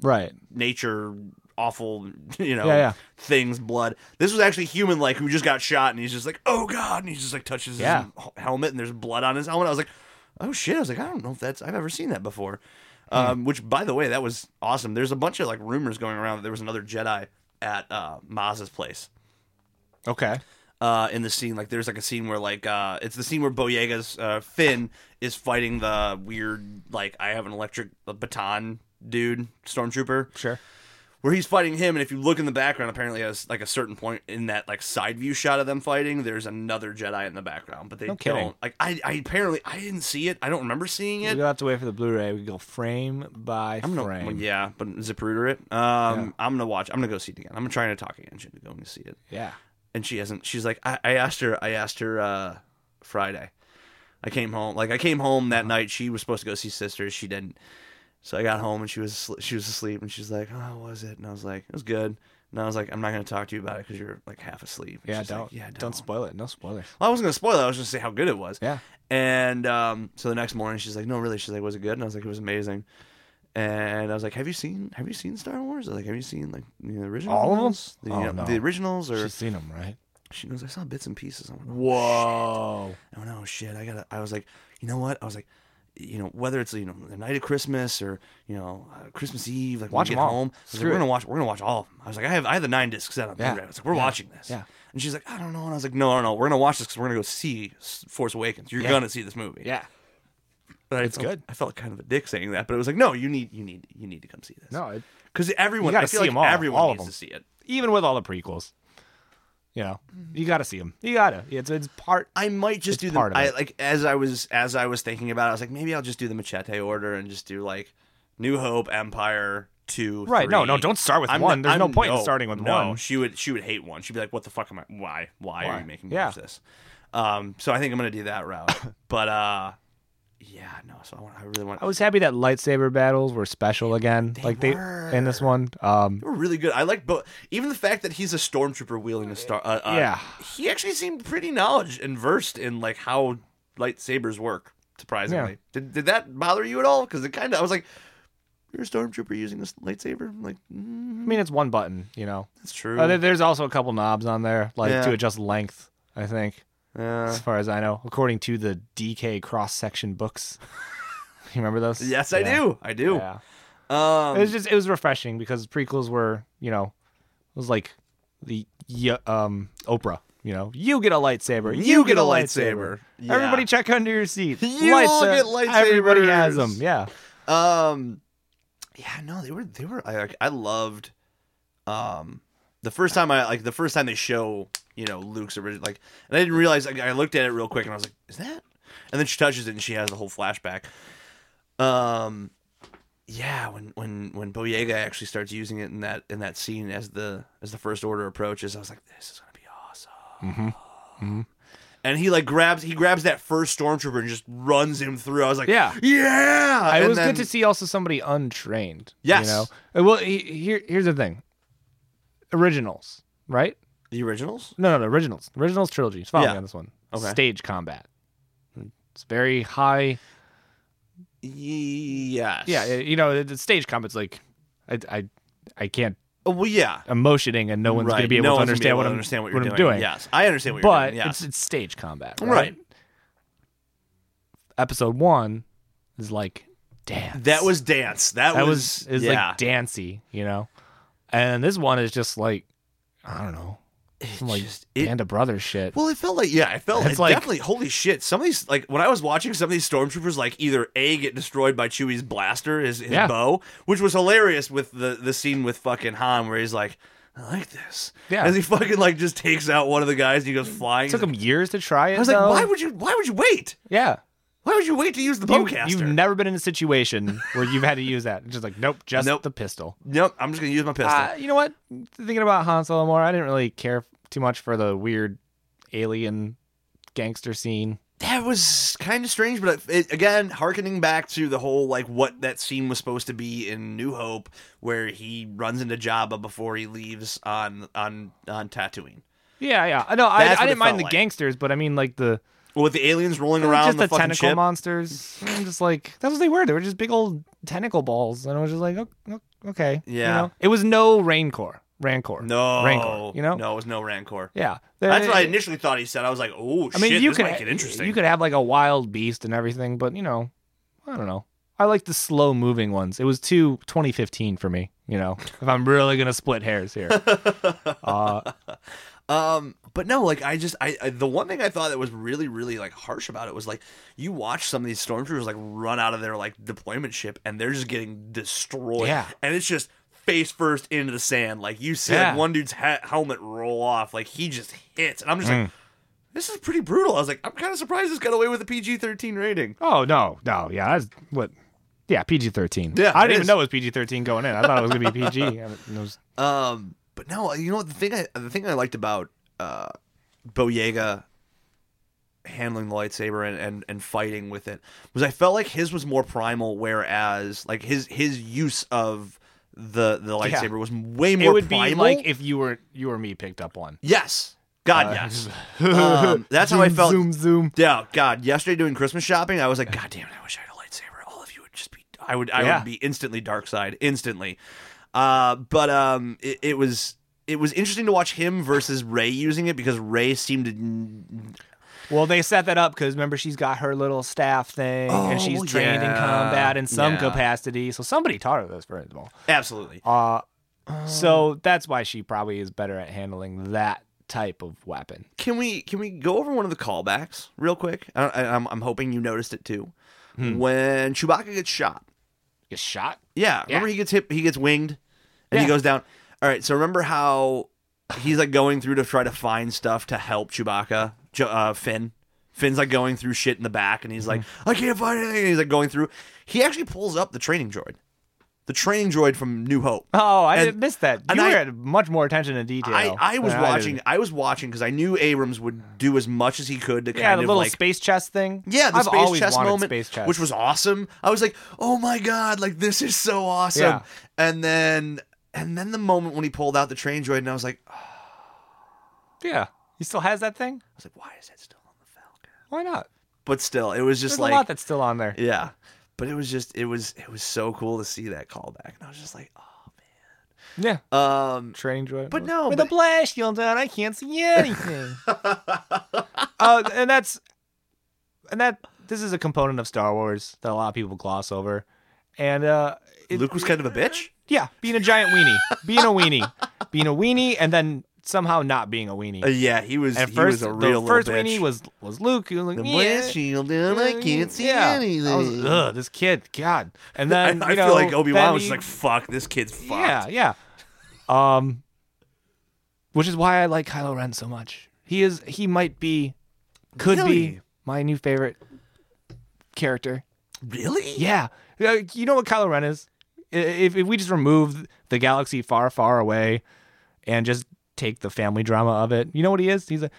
B: Right.
A: nature awful you know
B: Yeah, yeah.
A: things blood this was actually human like who just got shot and he's just like oh god and he just like touches
B: Yeah.
A: his h- helmet and there's blood on his helmet i was like oh shit i was like i don't know if that's i've ever seen that before
B: Hmm.
A: um, which by the way that was awesome there's a bunch of like rumors going around that there was another jedi at uh, maz's place
B: Okay.
A: uh, in the scene. Like there's like a scene where like uh, it's the scene where Boyega's uh, Finn is fighting the weird like I have an electric baton dude stormtrooper.
B: Sure.
A: Where he's fighting him, and if you look in the background, apparently as like a certain point in that like side view shot of them fighting, there's another Jedi in the background, but they
B: kidding.
A: don't. Like I, I apparently I didn't see it. I don't remember seeing it.
B: We'll have to wait for the Blu-ray. We go frame by
A: I'm gonna,
B: frame. yeah.
A: yeah, but zipruder it. Um, I'm gonna watch. I'm gonna go see it again. I'm trying to talk again. She's going to see it. and she hasn't she's like I, I asked her i asked her uh friday i came home like i came home
B: Uh-huh.
A: that night she was supposed to go see sisters she didn't so i got home and she was asle- she was asleep and she's like oh how was it and i was like it was good and i was like i'm not going to talk to you about it because you're like half asleep And
B: Yeah.
A: she's like,
B: Don't.
A: yeah don't,
B: don't spoil it. No spoilers.
A: well, i wasn't going to spoil it i was just going to say how good it was
B: Yeah.
A: and um, so the next morning, she's like, "No, really." She's like, "Was it good?" And I was like, "It was amazing." And I was like, "Have you seen Have you seen Star Wars?" I was like, "Have you seen like the originals?
B: All of 'em?
A: The,
B: Oh,
A: you know,
B: no.
A: the originals?" Or
B: She's seen them, right?
A: she goes, "I saw bits and pieces." I went, "Oh,
B: Whoa.
A: oh no shit i gotta i was like you know what i was like you know whether it's you know the night of christmas or you know uh, christmas eve like
B: Watch
A: when we
B: 'em
A: get
B: all.
A: home I was like,
B: Screw
A: we're
B: it.
A: gonna watch we're gonna watch all of them i was like i have i have the nine disc set on
B: Yeah.
A: Blu-ray. i was like we're
B: Yeah.
A: watching this
B: Yeah.
A: and she's like i don't know and i was like no no no we're gonna watch this because we're gonna go see S- force awakens you're
B: Yeah.
A: gonna see this movie
B: Yeah.
A: but
B: it's
A: I felt,
B: good.
A: i felt kind of a dick saying that but it was like no you need you need you need to come see this
B: No. It,
A: because everyone
B: You gotta
A: i feel
B: see
A: like
B: 'em all,
A: everyone
B: all of
A: needs
B: them.
A: to see it
B: even with all the prequels. You know, you gotta see them. You gotta. It's it's part.
A: I might just do
B: part
A: them.
B: of
A: I
B: it.
A: like as I was as I was thinking about it, I was like, maybe I'll just do the machete order and just do like New Hope, Empire, two,
B: Right, no,
A: three.
B: no, don't start with one. There's no point in starting with
A: no.
B: one.
A: She would she would hate one. She'd be like, what the fuck am I? Why? Why,
B: Why?
A: are you making me
B: Yeah.
A: watch this? Um, so I think I'm gonna do that route. but uh, yeah, no. So I want. I really want.
B: I was happy that lightsaber battles were special again, like they in this one. Um,
A: They were really good. I like both. Even the fact that he's a stormtrooper wielding a star. Uh, uh,
B: Yeah.
A: he actually seemed pretty knowledge and versed in like how lightsabers work. Surprisingly,
B: Yeah.
A: did did that bother you at all? Because it kind of. I was like, you're a stormtrooper using this lightsaber. I'm like, mm,
B: I mean, it's one button, you know.
A: that's true.
B: Uh, there- there's also a couple knobs on there, like
A: Yeah.
B: to adjust length. I think,
A: Yeah.
B: Uh. as far as I know, according to the DK cross section books. You remember those?
A: Yes, I
B: Yeah.
A: do. I do.
B: Yeah.
A: Um,
B: It was just it was refreshing because prequels were, you know, it was like the yeah, um Oprah, you know. You get a lightsaber. You,
A: get a lightsaber. Yeah.
B: Everybody check under your seat.
A: You all get
B: Everybody has
A: lightsabers. Uh,
B: them. Yeah.
A: Um, yeah, no, they were they were. I, I loved, um, the first time I like the first time they show you know Luke's original like, and I didn't realize. Like, I looked at it real quick and I was like, is that? And then she touches it and she has the whole flashback. Um, yeah, when when when Boyega actually starts using it in that in that scene as the as the first order approaches, I was like, this is gonna be awesome. And he like grabs he grabs that first stormtrooper and just runs him through. I was like,
B: Yeah.
A: yeah.
B: I
A: Uh, And
B: was
A: then-
B: good to see also somebody untrained.
A: Yes.
B: You know? Uh, Well, he- here here's the thing. Originals, right?
A: The originals?
B: No, no, no, originals. Originals trilogy. Follow
A: Yeah.
B: me on this one.
A: Okay.
B: Stage combat. It's very high.
A: Yes.
B: Yeah, uh, you know, the- the stage combat's like I I I can't
A: Oh, well, yeah.
B: emotioning and no one's
A: right.
B: going to be able
A: no
B: to
A: one's gonna be
B: understand
A: able
B: what
A: to
B: I'm
A: understand what
B: what
A: you're
B: I'm
A: doing.
B: doing.
A: Yes, I understand what you're
B: But
A: doing. Yes.
B: it's it's stage combat, right?
A: right.
B: Episode 1 is like dance.
A: That was dance. That,
B: that
A: was,
B: was is
A: yeah.
B: like dancey, you know. And this one is just like I don't know.
A: It
B: Some like
A: just- it-
B: band of brothers shit.
A: well, it felt like yeah, it felt
B: It's
A: it
B: like-
A: definitely. Holy shit! Some of these like when I was watching some of these stormtroopers like either a get destroyed by Chewie's blaster, his, his
B: Yeah.
A: bow, which was hilarious with the the scene with fucking Han where he's like, I like this,
B: Yeah.
A: as he fucking like just takes out one of the guys and he goes flying.
B: it took them years to try it.
A: I was like, why would you? Why would you wait?
B: Yeah.
A: Why would you wait to use the
B: You,
A: bowcaster?
B: you've never been in a situation where you've had to use that. It's just like, nope, just
A: Nope.
B: the pistol.
A: Nope, I'm just gonna use my pistol.
B: Uh, you know what? Thinking about Han Solo more, I didn't really care too much for the weird alien gangster scene.
A: that was kind of strange, but it, again, harkening back to the whole like what that scene was supposed to be in New Hope, where he runs into Jabba before he leaves on on on Tatooine.
B: Yeah, yeah. I know. I,
A: That's
B: I
A: what
B: didn't
A: it
B: mind
A: felt
B: the
A: like.
B: gangsters, but I mean, like the
A: With the aliens rolling around
B: just
A: the,
B: the,
A: fucking
B: tentacle
A: ship.
B: monsters. I'm just like that's what they were. They were just big old tentacle balls, and I was just like, oh, oh, okay, you
A: Yeah.
B: know? It was no Rancor, Rancor,
A: no,
B: Rancor. You know,
A: no, it was no Rancor.
B: yeah.
A: That's what I
B: It-
A: initially thought he said. I was like, oh,
B: I mean,
A: shit,
B: you
A: this
B: could
A: might get interesting.
B: You could have like a wild beast and everything, but you know, I don't know. I like the slow moving ones. It was too 2015 for me. You know, if I'm really gonna split hairs here, uh,
A: Um, but no, like I just I, I the one thing I thought that was really really like harsh about it was like you watch some of these stormtroopers like run out of their like deployment ship and they're just getting destroyed.
B: Yeah.
A: and it's just face first into the sand. Like you see like,
B: Yeah.
A: one dude's hat, helmet roll off. Like he just hits, and I'm just
B: Hmm.
A: like, this is pretty brutal. I was like, I'm kind of surprised this got away with a PG-13 rating.
B: oh no, no, yeah, that's what. Yeah, PG thirteen.
A: Yeah,
B: I
A: it
B: didn't even
A: is.
B: know it was PG thirteen going in. I thought it was gonna be PG. and it was-
A: Um, but no, you know what the thing I the thing I liked about uh, Boyega handling the lightsaber and, and and fighting with it was I felt like his was more primal, whereas like his his use of the the lightsaber was way more
B: it would
A: primal.
B: be like if you were you or me picked up one. Uh,
A: yes, God, Ah, yes. Um, that's how I
C: Zoom,
A: felt.
C: Zoom, zoom.
A: Yeah, God. Yesterday doing Christmas shopping, I was like, God damn it! I wish I had a lightsaber. All of you would just be. I would. I
B: Yeah.
A: would be instantly dark side. Instantly. Uh, but um, it, it was it was interesting to watch him versus Ray using it because Ray seemed to.
B: Well, they set that up because remember she's got her little staff thing, and
A: Oh,
B: she's trained
A: yeah.
B: in combat in some
A: Yeah.
B: capacity. So somebody taught her this first of all.
A: Absolutely.
B: Uh,
A: Oh.
B: so that's why she probably is better at handling that type of weapon.
A: Can we can we go over one of the callbacks real quick? I, I, I'm I'm hoping you noticed it too. When Chewbacca gets shot,
B: Get shot?
A: Yeah. Remember he gets hit he gets winged and he
B: Yeah.
A: goes down. All right, so remember how he's like going through to try to find stuff to help Chewbacca, Ch- uh, Finn. Finn's like going through shit in the back and he's like,
B: Mm-hmm.
A: I can't find anything. And he's like going through. He actually pulls up the training droid. The training droid from New Hope.
B: Oh, I
A: And-
B: didn't miss that.
A: and
B: You
A: I-
B: had much more attention to detail.
A: I, I was
B: than
A: watching
B: did.
A: I was watching because I knew Abrams would do as much as he could to
B: Yeah,
A: kind
B: the
A: of
B: little
A: like
B: space chest thing.
A: Yeah, the
B: I've
A: space
B: always
A: chess
B: wanted
A: moment,
B: space chess.
A: which was awesome. I was like, "Oh my god, like this is so awesome!"
B: Yeah.
A: And then, and then the moment when he pulled out the train droid, and I was like, "Oh," I
B: yeah. He still has that thing.
A: was like, "Why is that still on the Falcon?"
B: Why not?
A: But still, it was just
B: There's
A: like,
B: a lot that's still on there.
A: yeah. But it was just, it was, it was so cool to see that callback, and I was just like,
B: Yeah,
A: oh. um,
B: training droid.
A: But no,
B: with
A: but-
B: a blast shield on, I can't see anything. uh, and that's and that this is a component of Star Wars that a lot of people gloss over, and uh, it-
A: Luke was kind of a bitch.
B: yeah, being a giant weenie, being a weenie, being a weenie, and then somehow not being a weenie.
A: Uh, yeah, he was.
B: At
A: he
B: first,
A: was a real
B: the first
A: little bitch.
B: weenie was was Luke. He was like,
A: The
B: yeah. Mm,
A: blast shield, and I can't see
B: Yeah.
A: anything.
B: I was, Ugh, this kid, God. And then
A: I, I
B: you
A: feel
B: know,
A: like Obi Wan
B: then
A: was
B: he-
A: just like, "Fuck, this kid's fucked."
B: yeah, yeah. Um, which is why I like Kylo Ren so much. He is he might be, could be
A: Really?
B: my new favorite character.
A: Really?
B: Yeah, Uh, you know what Kylo Ren is. I- If if we just remove the galaxy far, far away, and just take the family drama of it, you know what he is? He's a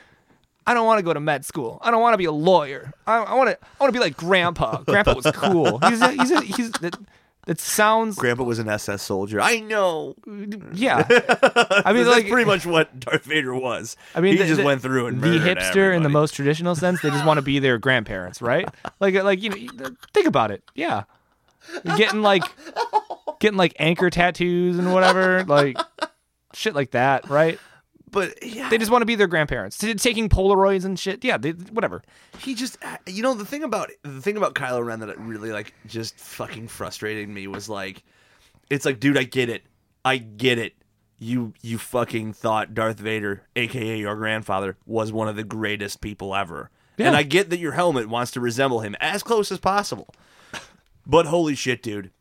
B: I don't want to go to med school. I don't want to be a lawyer. I, I want to. I want to be like Grandpa. Grandpa was cool. He's a, he's a, he's. That, that sounds
A: Grandpa was an SS soldier. I know.
B: yeah. I mean,
A: that's
B: like
A: pretty much what Darth Vader was.
B: I mean,
A: he
B: the-
A: just
B: the-
A: went through and
B: the
A: murdered
B: hipster in the
A: everybody.
B: most traditional sense. They just want to be their grandparents, right? Like, like you know, you- think about it. Yeah, getting like getting like anchor tattoos and whatever, like shit like that, right?
A: But yeah,
B: They just want to be their grandparents. T- Taking Polaroids and shit. Yeah, they, whatever.
A: he just uh, you know the thing about the thing about Kylo Ren that it really like just fucking frustrated me was like it's like dude I get it I get it you you fucking thought Darth Vader aka your grandfather was one of the greatest people ever and
B: Yeah.
A: I get that your helmet wants to resemble him as close as possible but holy shit dude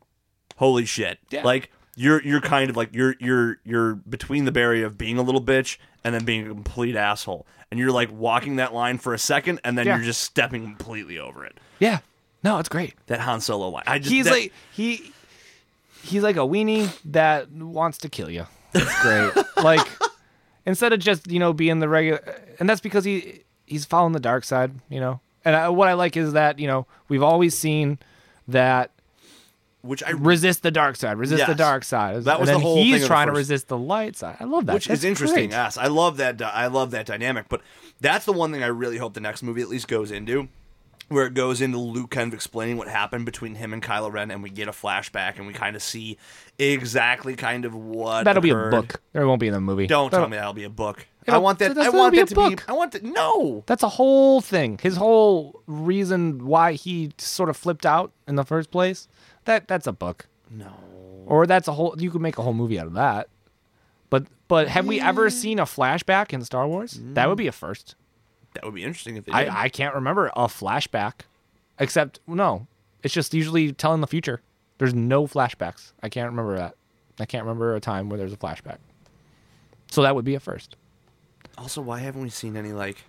A: holy shit
B: Yeah.
A: like you're you're kind of like you're you're you're between the barrier of being a little bitch and then being a complete asshole and you're like walking that line for a second and then
B: Yeah.
A: you're just stepping completely over it
B: Yeah, no, it's great.
A: that han solo line i just
B: He's
A: that-
B: like he he's like a weenie that wants to kill you. That's great. like instead of just you know being the regular, and that's because he he's following the dark side. You know, and I, what I like is that you know we've always seen that
A: which i
B: resist the dark side, resist the
A: Yes.
B: dark side.
A: That was
B: and
A: the
B: then
A: whole thing
B: He's
A: of the
B: trying to
A: first-
B: resist the light side. I love that.
A: which
B: That's
A: is interesting
B: great.
A: yes i love that di- i love that dynamic but that's the one thing i really hope the next movie at least goes into where it goes into Luke kind of explaining what happened between him and Kylo Ren, and we get a flashback, and we kind of see exactly kind of what
B: That'll be a
A: occurred.
B: book. There won't be in the movie.
A: Don't tell
B: That'll-
A: me that'll be a book. I
B: It'll-
A: want that.
B: that's
A: I
B: gonna
A: want
B: be a
A: that to be.
B: book.
A: I want that. No.
B: That's a whole thing. His whole reason why he sort of flipped out in the first place. That that's a book.
A: No.
B: Or that's a whole you could make a whole movie out of that. But but have we ever seen a flashback in Star Wars? That would be a first.
A: That would be interesting if they. did.
B: I, I can't remember a flashback. Except no. It's just usually telling the future. There's no flashbacks. I can't remember that. I can't remember a time where there's a flashback. So that would be a first.
A: also, why haven't we seen any like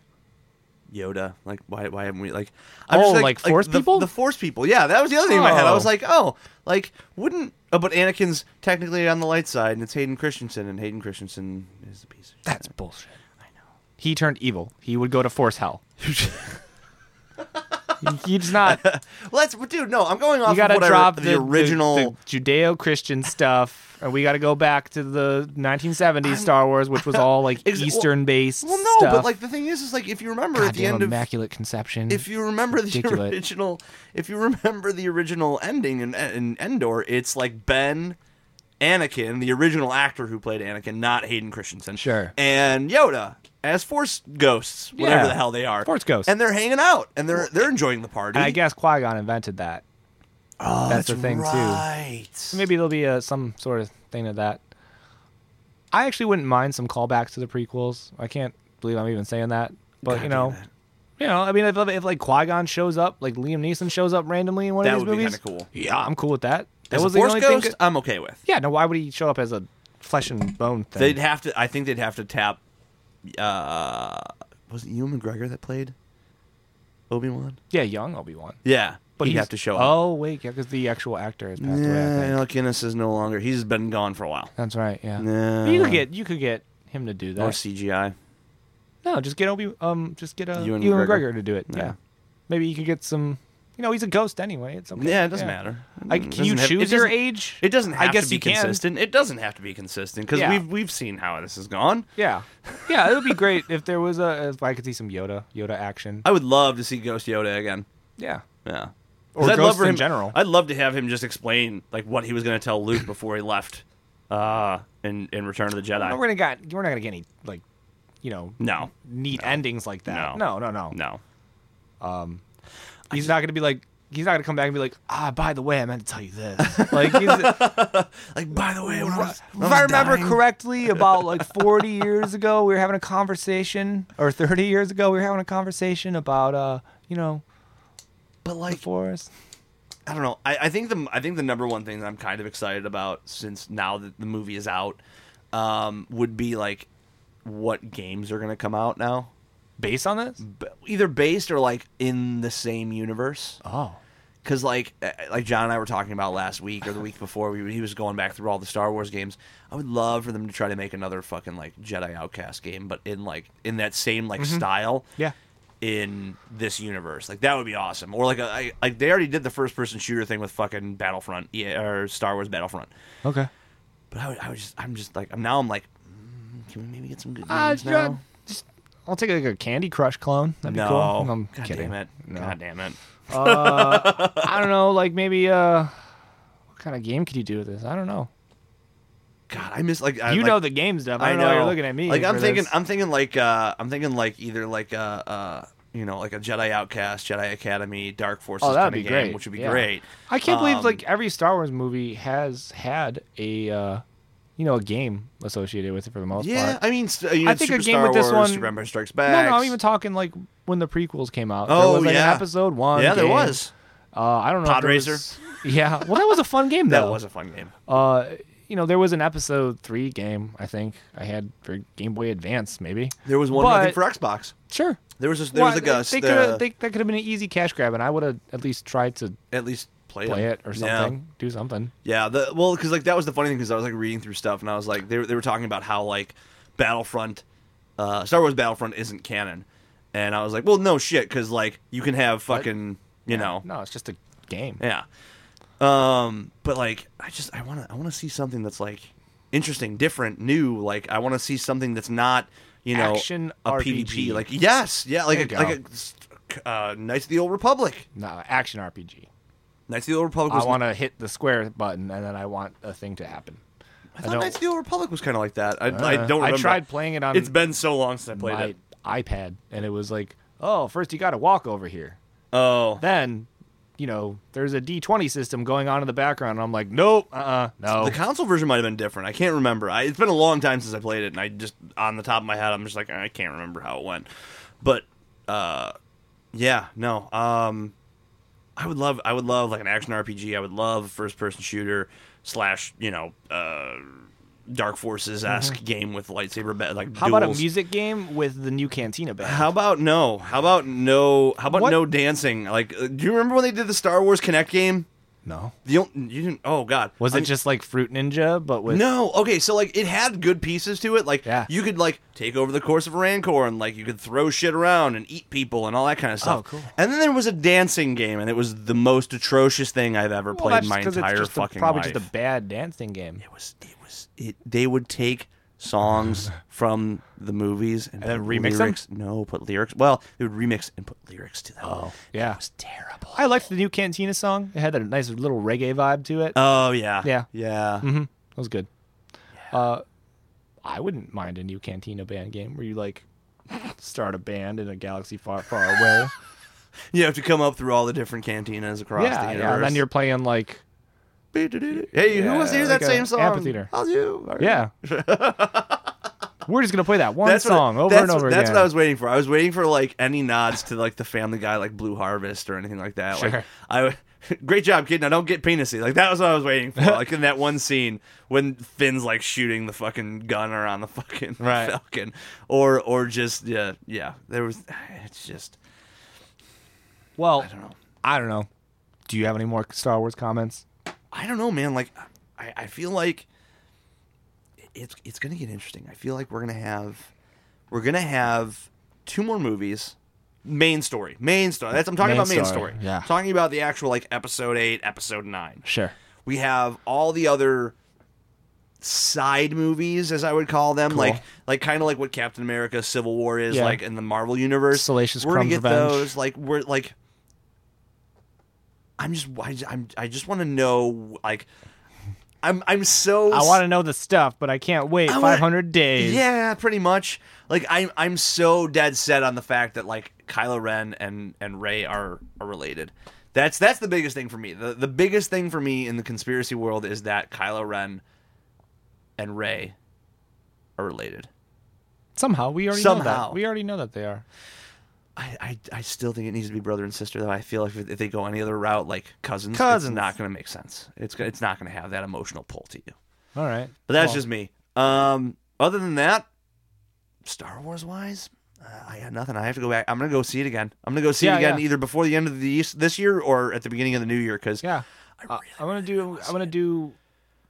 A: Yoda? Like, why? Why haven't we like?
B: Oh, like Force
A: the,
B: people?
A: The force people. Yeah, that was the other thing in my head. I was
B: Oh.
A: like, oh, like wouldn't? Oh, but Anakin's technically on the light side, and it's Hayden Christensen, and Hayden Christensen is the piece. of
B: That's bullshit. I know. He turned evil. He would go to force hell. He's not.
A: shit. Well, that's dude. No, I'm going off.
B: You got to
A: of what I re-
B: drop
A: the,
B: the,
A: original.
B: the Judeo-Christian stuff, and we got to go back to the 1970s Star Wars, which was all like
A: Ex- well-
B: Eastern-based.
A: well, no, but
B: stuff.
A: like the thing is, is like if you remember at the
B: Goddamn
A: end of
B: Immaculate Conception.
A: if you remember the
B: Ridiculous.
A: original, if you remember the original ending in, in Endor, it's like Ben, Anakin, the original actor who played Anakin, not Hayden Christensen,
B: Sure.
A: and Yoda as Force ghosts, whatever
B: Yeah.
A: the hell they are,
B: Force ghosts.
A: and they're hanging out and they're they're enjoying the party.
B: and I guess Qui-Gon invented that.
A: oh,
B: that's the thing, too.
A: right. too.
B: Maybe there'll be uh some sort of thing to that. I actually wouldn't mind some callbacks to the prequels. I can't believe I'm even saying that, but you know, you know, I mean, if, if like Qui Gon shows up, like Liam Neeson shows up randomly in one
A: That
B: of these
A: would be
B: movies,
A: kinda cool.
B: Yeah, I'm cool with that. That
A: as a
B: was the
A: Force
B: only thing.
A: ghost, I'm okay with.
B: Yeah, no, why would he show up as a flesh and bone thing?
A: They'd have to. I think they'd have to tap. Uh, was it Ewan McGregor that played Obi Wan?
B: yeah, young Obi Wan.
A: Yeah,
B: But
A: he'd
B: he's-
A: have to show up.
B: Oh wait, yeah, because the actual actor has passed away. I
A: Yeah,
B: think.
A: Alec Guinness is no longer. He's been gone for a while.
B: That's right. Yeah.
A: Yeah.
B: You could get you could get him to do that.
A: Or CGI.
B: No, just get Obi. Um, just get a
A: Ewan
B: Ewan,
A: McGregor.
B: McGregor. to do it. Yeah.
A: Yeah.
B: Maybe you could get some. You know, he's a ghost anyway. It's okay.
A: Yeah, it doesn't matter.
B: I,
A: It
B: can
A: doesn't
B: you
A: have- it
B: choose your
A: doesn't-
B: age?
A: It doesn't have
B: I guess
A: to be
B: you can.
A: consistent. It doesn't have to be consistent because
B: Yeah.
A: we've we've seen how this has gone.
B: Yeah, yeah. It would be great if there was a if I could see some Yoda Yoda action.
A: I would love to see Ghost Yoda again.
B: Yeah.
A: Yeah. 'Cause
B: Or
A: I'd
B: ghosts
A: love for
B: in
A: him-
B: general.
A: I'd love to have him just explain like what he was going to tell Luke before he left. Uh, in in Return of the Jedi.
B: But we're gonna got we're not gonna get any like, you know,
A: no,
B: neat endings like that.
A: No.
B: No, no, no.
A: no. Um,
B: He's not gonna be like. He's not gonna come back and be like, ah, by the way, I meant to tell you this. Like, he's,
A: Like, by the way, when I was, when
B: if I
A: was
B: remember
A: dying-
B: correctly, about like 40 years ago, we were having a conversation, or 30 years ago, we were having a conversation about, uh, you know,
A: but like,
B: forest.
A: I don't know. I, I think the I think the number one thing that I'm kind of excited about since now that the movie is out um, would be like what games are going to come out now,
B: Based on this?
A: B- either based or like in the same universe.
B: Oh.
A: Because like eh, like John and I were talking about last week or the week before, we, he was going back through all the Star Wars games. I would love for them to try to make another fucking like Jedi Outcast game, but in like in that same like style
B: Yeah.
A: in this universe. Like that would be awesome. Or like a, I, like they already did the first person shooter thing with fucking Battlefront, yeah, or Star Wars Battlefront.
B: Okay.
A: But I, would, I was just I'm just like I'm now I'm like, mm, can we maybe get some good
B: Uh,
A: games
B: yeah,
A: now?
B: just, I'll take like a Candy Crush clone. That'd
A: No,
B: be cool. I'm
A: God
B: kidding.
A: damn it, God damn it.
B: Uh, I don't know. Like maybe uh, what kind of game could you do with this? I don't know.
A: God, I miss like I,
B: you
A: like,
B: know the game stuff. I, don't know. why You're looking at me.
A: Like I'm
B: for
A: thinking,
B: this.
A: I'm thinking like uh, I'm thinking like either like uh, uh, you know like a Jedi Outcast, Jedi Academy, Dark Forces
B: Oh, that'd
A: kinda
B: be
A: game,
B: great.
A: which would be
B: Yeah.
A: great.
B: I can't believe
A: um,
B: like every Star Wars movie has had a, uh, you know, a game associated with it for the most
A: Yeah,
B: part.
A: I mean, st- you know,
B: I think a
A: Super
B: game
A: Star
B: with this
A: Wars,
B: one-
A: Super Empire Strikes
B: No,
A: Back.
B: no, I'm even talking like when the prequels came out.
A: Oh,
B: there was, like, an
A: yeah.
B: episode one.
A: yeah, there
B: game.
A: was.
B: Uh, I don't know. if
A: Pod
B: there
A: Racer.
B: was- Yeah, well, that was a fun game though.
A: That was a fun game.
B: Uh, you know, there was an episode three game. I think I had for Game Boy Advance, maybe.
A: There was one
B: But-
A: I think for Xbox.
B: Sure.
A: There was a, there was a uh, Gus.
B: They,
A: the,
B: coulda- they, that could have been an easy cash grab, and I would have at least tried to
A: at least play,
B: play it or
A: Yeah.
B: something, do something.
A: Yeah, the well, because like that was the funny thing because I was like reading through stuff and I was like they were, they were talking about how like Battlefront, uh, Star Wars Battlefront isn't canon, and I was like, well, no shit, because like you can have fucking you know
B: No, it's just a game.
A: yeah, um, but like I just I want to I want to see something that's like interesting, different, new. Like I want to see something that's not you know
B: Action
A: a
B: RPG.
A: PvP. Like yes, yeah, like a,
B: There you
A: like a uh, Knights of the Old Republic.
B: No, action RPG.
A: Knights of the Old Republic
B: I
A: was
B: want to hit the square button, and then I want a thing to happen.
A: I
B: I
A: thought
B: don't- Uh,
A: Knights of the Old Republic was kind of like that. I, I don't.
B: I
A: Remember.
B: tried playing it on
A: It's been so long since I played
B: my
A: it.
B: iPad, and it was like, oh, first you got to walk over here.
A: Oh,
B: Then, you know, there's a D20 system going on in the background. And I'm like, nope, uh-uh, no.
A: the console version might have been different. I can't remember. I, it's been a long time since I played it, and I just on the top of my head, I'm just like I can't remember how it went. But uh, yeah, no. Um, I would love, I would love like an action RPG. I would love a first person shooter slash, you know, uh, Dark Forces esque game with lightsaber ba- like.
B: Mm-hmm. How about a
A: duels.
B: music game with the new Cantina band?
A: How about no? How about no? How about
B: What?
A: no dancing? Like, uh, do you remember when they did the Star Wars Connect game?
B: no.
A: The only, you didn't. Oh God,
B: Was
A: I'm-
B: it just like Fruit Ninja, but with
A: No. Okay, so like it had good pieces to it. Like
B: Yeah.
A: you could like take over the course of a Rancor and like you could throw shit around and eat people and all that kind of stuff.
B: Oh, cool.
A: And then there was a dancing game, and it was the most atrocious thing I've ever
B: Well,
A: played
B: that's
A: in my
B: just 'cause
A: entire
B: it's just a-
A: fucking
B: probably
A: life.
B: just a bad dancing game.
A: it was. It was. It. They would take songs from the movies and,
B: then
A: put
B: remix them?
A: lyrics. No, put lyrics. Well, they would remix and put lyrics to them. Oh,
B: Yeah.
A: it was terrible.
B: I liked the new Cantina song. It had a nice little reggae vibe to it.
A: Oh yeah.
B: Yeah. Mm-hmm.
A: Yeah.
B: That was good. Uh, I wouldn't mind a new Cantina band game where you like start a band in a galaxy far, far away.
A: You have to come up through all the different cantinas across
B: yeah,
A: the universe.
B: yeah. And then you're playing like
A: Hey, who wants to hear
B: Yeah,
A: that
B: like a
A: same song?
B: amphitheater.
A: I'll do. All right.
B: yeah. We're just gonna play that one
A: That's what-
B: song over
A: that's
B: and
A: what-
B: over
A: That's
B: again.
A: what I was waiting for. I was waiting for like any nods to like the Family Guy, like Blue Harvest or anything like that. Like
B: Sure.
A: I, great job, kid. Now don't get penisy. Like that was what I was waiting for. like in that one scene when Finn's like shooting the fucking gun around the fucking
B: Right.
A: Falcon, or or just yeah yeah. There was it's just
B: well,
A: I don't know.
B: I don't know. Do you have any more Star Wars comments?
A: I don't know, man. Like, I, I feel like it's it's gonna get interesting. I feel like we're gonna have we're gonna have two more movies. Main story, main story. That's I'm talking
B: Main
A: about main
B: story,
A: story.
B: yeah.
A: talking about the actual like episode eight, episode nine.
B: Sure.
A: We have all the other side movies, as I would call them, like like kind of like what Captain America: Civil War is
B: Yeah.
A: like in the Marvel universe.
B: Salacious
A: we're gonna
B: Crumbs
A: get
B: Revenge.
A: those. Like we're like, I'm just I just, I'm, I just want to know like. I'm I'm so
B: I want to know the stuff, but I can't wait
A: I wanna-
B: 500 days.
A: yeah, pretty much. Like I'm I'm so dead set on the fact that like Kylo Ren and and Ray are are related. That's that's the biggest thing for me. The the biggest thing for me in the conspiracy world is that Kylo Ren and Ray are related.
B: Somehow we already know
A: Somehow.
B: that. We already know that they are.
A: I, I, I still think it needs to be brother and sister though. I feel like if they go any other route, like cousins,
B: Cousins.
A: it's not going to make sense. It's go- it's not going to have that emotional pull to you.
B: All right.
A: But that's just me. Um, other than that, Star Wars wise, uh, I got nothing. I have to go back. I'm gonna go see it again. I'm gonna go see
B: Yeah,
A: it again
B: yeah.
A: either before the end of the East this year or at the beginning of the new year Uh, because
B: Yeah.
A: I
B: I,
A: really,
B: I want to do. I want to do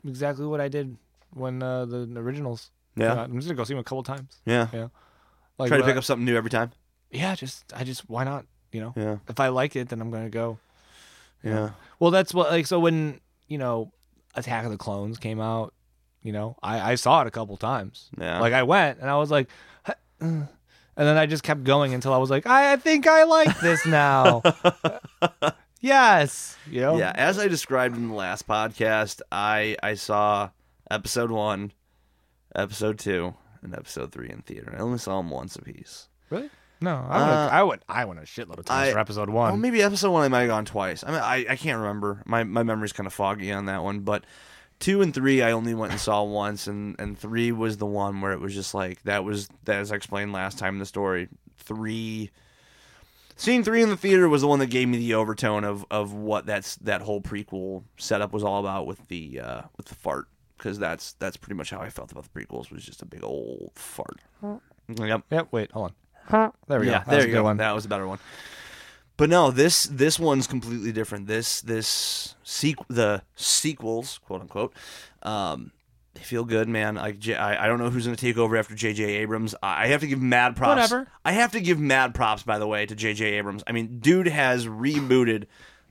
B: exactly what I did when uh, the originals. came
A: Yeah.
B: out. I'm just gonna go see them a couple times.
A: yeah.
B: Yeah. Like
A: Try to
B: what
A: pick
B: I-
A: up something new every time.
B: Yeah. Just I just why not? You know.
A: Yeah,
B: If I like it, then I'm gonna go.
A: yeah,
B: Well, that's what like so when you know Attack of the Clones came out, you know I I saw it a couple times.
A: yeah.
B: Like I went and I was like, "Huh, uh," and then I just kept going until I was like, I, I think I like this now. yes. You know?
A: Yeah, as I described in the last podcast, I I saw episode one, episode two, and episode three in theater. I only saw them once apiece.
B: Really? No. I went.
A: Uh,
B: I went. I went a shitload of times
A: I-
B: for episode
A: Well,
B: one.
A: maybe episode one I might have gone twice. I mean, I, I can't remember. My my memory's kind of foggy on that one. But two and three I only went and saw once, and and three was the one where it was just like that was that as I explained last time in the story. Three, seeing three in the theater was the one that gave me the overtone of of what that's that whole prequel setup was all about with the uh, with the fart because that's that's pretty much how I felt about the prequels was just a big old fart. Yep.
B: Yep. Wait. Hold on. There we
A: Yeah,
B: go. That
A: there
B: was a
A: you
B: good
A: go.
B: One.
A: That was a better one. But no, this this one's completely different. This this sequ- the sequels, quote unquote, um, they feel good, man. Like J- I, I don't know who's going to take over after J.J. Abrams. I, I have to give mad props.
B: Whatever.
A: I have to give mad props, by the way, to J.J. Abrams. I mean, dude has rebooted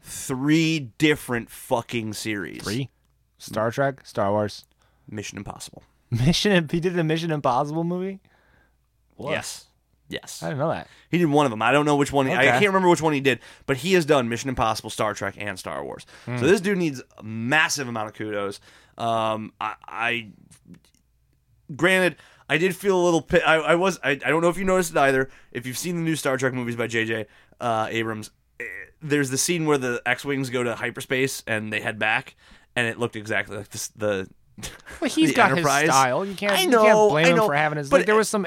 A: three different fucking series.
B: Three. Star Trek. Star Wars.
A: Mission Impossible.
B: Mission. He did the Mission Impossible movie.
A: Yes. Yes.
B: I didn't know that.
A: He did one of them. I don't know which one. I
B: Okay.
A: can't remember which one he did, but he has done Mission Impossible, Star Trek, and Star Wars. So this dude needs a massive amount of kudos. Um, I, I, granted, I did feel a little. Pi- I, I was. I, I don't know if you noticed it either. If you've seen the new Star Trek movies by J.J. Uh, Abrams, eh, there's the scene where the X-wings go to hyperspace and they head back, and it looked exactly like this, the.
B: Well, he's
A: the
B: got
A: Enterprise.
B: his style. You can't,
A: I
B: you
A: know,
B: can't blame
A: I
B: him
A: know,
B: for having his.
A: but-
B: like, there was some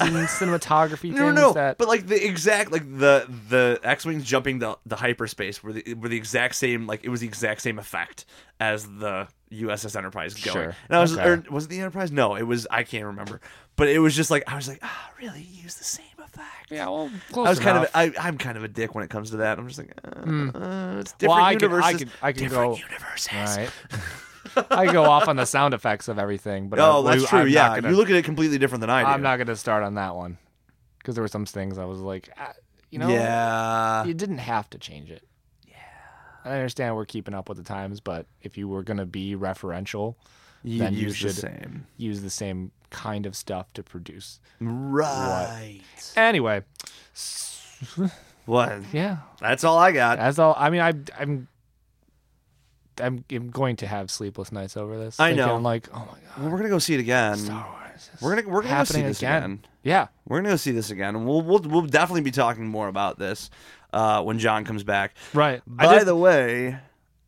B: and cinematography
A: No,
B: things
A: no,
B: that.
A: but like the exact like the the X wings jumping the the hyperspace were the were the exact same like it was the exact same effect as the USS Enterprise going.
B: Sure.
A: And I was
B: Okay.
A: or was it the Enterprise? No, it was I can't remember. But it was just like I was like, ah, really? You use the same effect?
B: yeah, well, close
A: I was kind
B: enough. Hmm.
A: of I, I'm kind of a dick when it comes to that. I'm just like, uh, uh, it's different
B: Well, I could- I
A: universes.
B: could- I could
A: different
B: go-
A: universes.
B: All right. I go off on the sound effects of everything, but
A: Oh,
B: I,
A: that's
B: we-
A: true.
B: I'm
A: yeah,
B: not gonna,
A: you look at it completely different than I do.
B: I'm not going to start on that one because there were some things I was like, ah, you know,
A: yeah,
B: you didn't have to change it. Yeah, I understand we're keeping up with the times, but if you were going to be referential,
A: you
B: then you
A: use the
B: should-
A: same.
B: use the same kind of stuff to produce.
A: Right.
B: Anyway,
A: What?
B: yeah,
A: That's all I got.
B: As all, I mean, I, I'm, I'm, I'm going to have sleepless nights over this.
A: I
B: Thinking,
A: know.
B: like, oh my god,
A: Well, we're gonna go see it again.
B: Star Wars. is
A: We're gonna we're gonna go see
B: happening
A: this again.
B: again. Yeah,
A: We're gonna go see this again, and we'll we'll, we'll definitely be talking more about this uh, when John comes back.
B: right. I
A: By
B: just-
A: the way,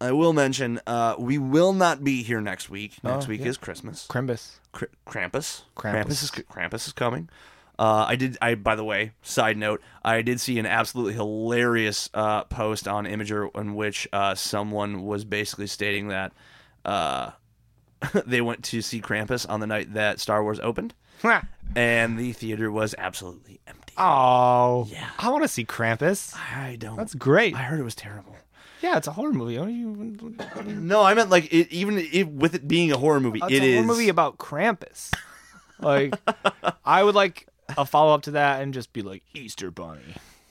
A: I will mention uh, we will not be here next week. Next
B: Oh,
A: week
B: yeah.
A: is Christmas.
B: Crimbus.
A: Kr- Krampus.
B: Krampus.
A: is Krampus is coming. Uh, I did. I by the way, side note, I did see an absolutely hilarious uh, post on Imager in which uh, someone was basically stating that uh, they went to see Krampus on the night that Star Wars opened, and the theater was absolutely empty.
B: oh,
A: Yeah.
B: I want to see Krampus.
A: I don't.
B: That's great.
A: I heard it was terrible.
B: Yeah, it's a horror movie. Don't you?
A: No, I meant like it, even it, with it being Oh, a horror movie,
B: It's
A: it
B: a
A: is
B: horror movie about Krampus. Like, I would like a follow up to that and just be like Easter Bunny.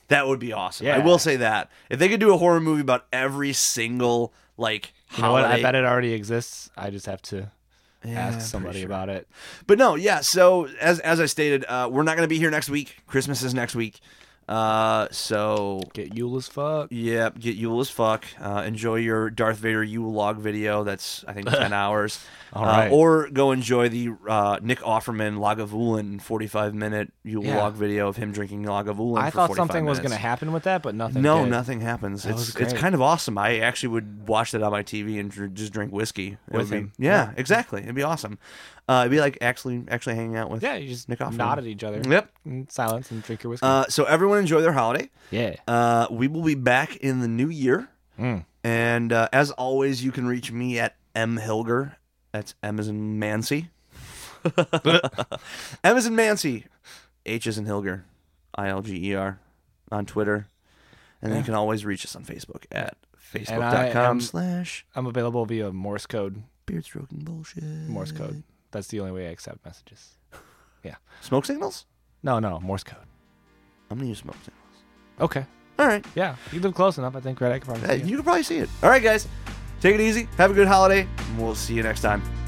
A: That would be awesome. I
B: Yeah.
A: will say that if they could do a horror movie about every single like
B: You know what?
A: holiday,
B: I bet it already exists. I just have to
A: Yeah, I'm
B: ask somebody
A: pretty sure.
B: about it.
A: But no, yeah. So as as I stated, uh, we're not going to be here next week. Christmas is next week. Uh, so
B: Get Yule as fuck.
A: Yep, get Yule as fuule fuck. Uh, enjoy your Darth Vader Yule log video. That's I think ten hours.
B: All
A: Uh,
B: right.
A: or go enjoy the uh, Nick Offerman Lagavulin forty five minute Yule
B: Yeah.
A: log video of him drinking Lagavulin.
B: I
A: for
B: thought
A: 45
B: something was
A: minutes.
B: going to happen with that, but nothing.
A: No,
B: did.
A: nothing happens.
B: was
A: It's it's
B: great.
A: kind of awesome. I actually would watch that on my TV and dr- just drink whiskey It would
B: With
A: be-
B: him.
A: yeah, exactly. It'd be awesome. Uh, it'd be like actually actually hanging out with.
B: Yeah, you just
A: Nick Offerman.
B: nod at each other.
A: Yep.
B: In silence and drink your whiskey.
A: Uh, so everyone enjoy their holiday.
B: yeah.
A: Uh, we will be back in the new year.
B: Hmm.
A: And uh, as always, you can reach me at M Hilger. That's M as in Mancy. M as in Mancy. H is in Hilger. I L G E R on Twitter. And then you can always reach us on Facebook at
B: I am-
A: facebook.com slash
B: I'm available via Morse code.
A: beard stroking bullshit.
B: Morse
A: Mm.
B: code. That's the only way I accept messages.
A: Smoke signals?
B: No, no, Morse code.
A: I'm going to use smoke signals.
B: Okay.
A: All right.
B: Yeah. You live close enough. I think, right? I can probably
A: Hey,
B: see it.
A: You can probably see it. All right, guys. Take it easy. Have a good holiday. And we'll see you next time.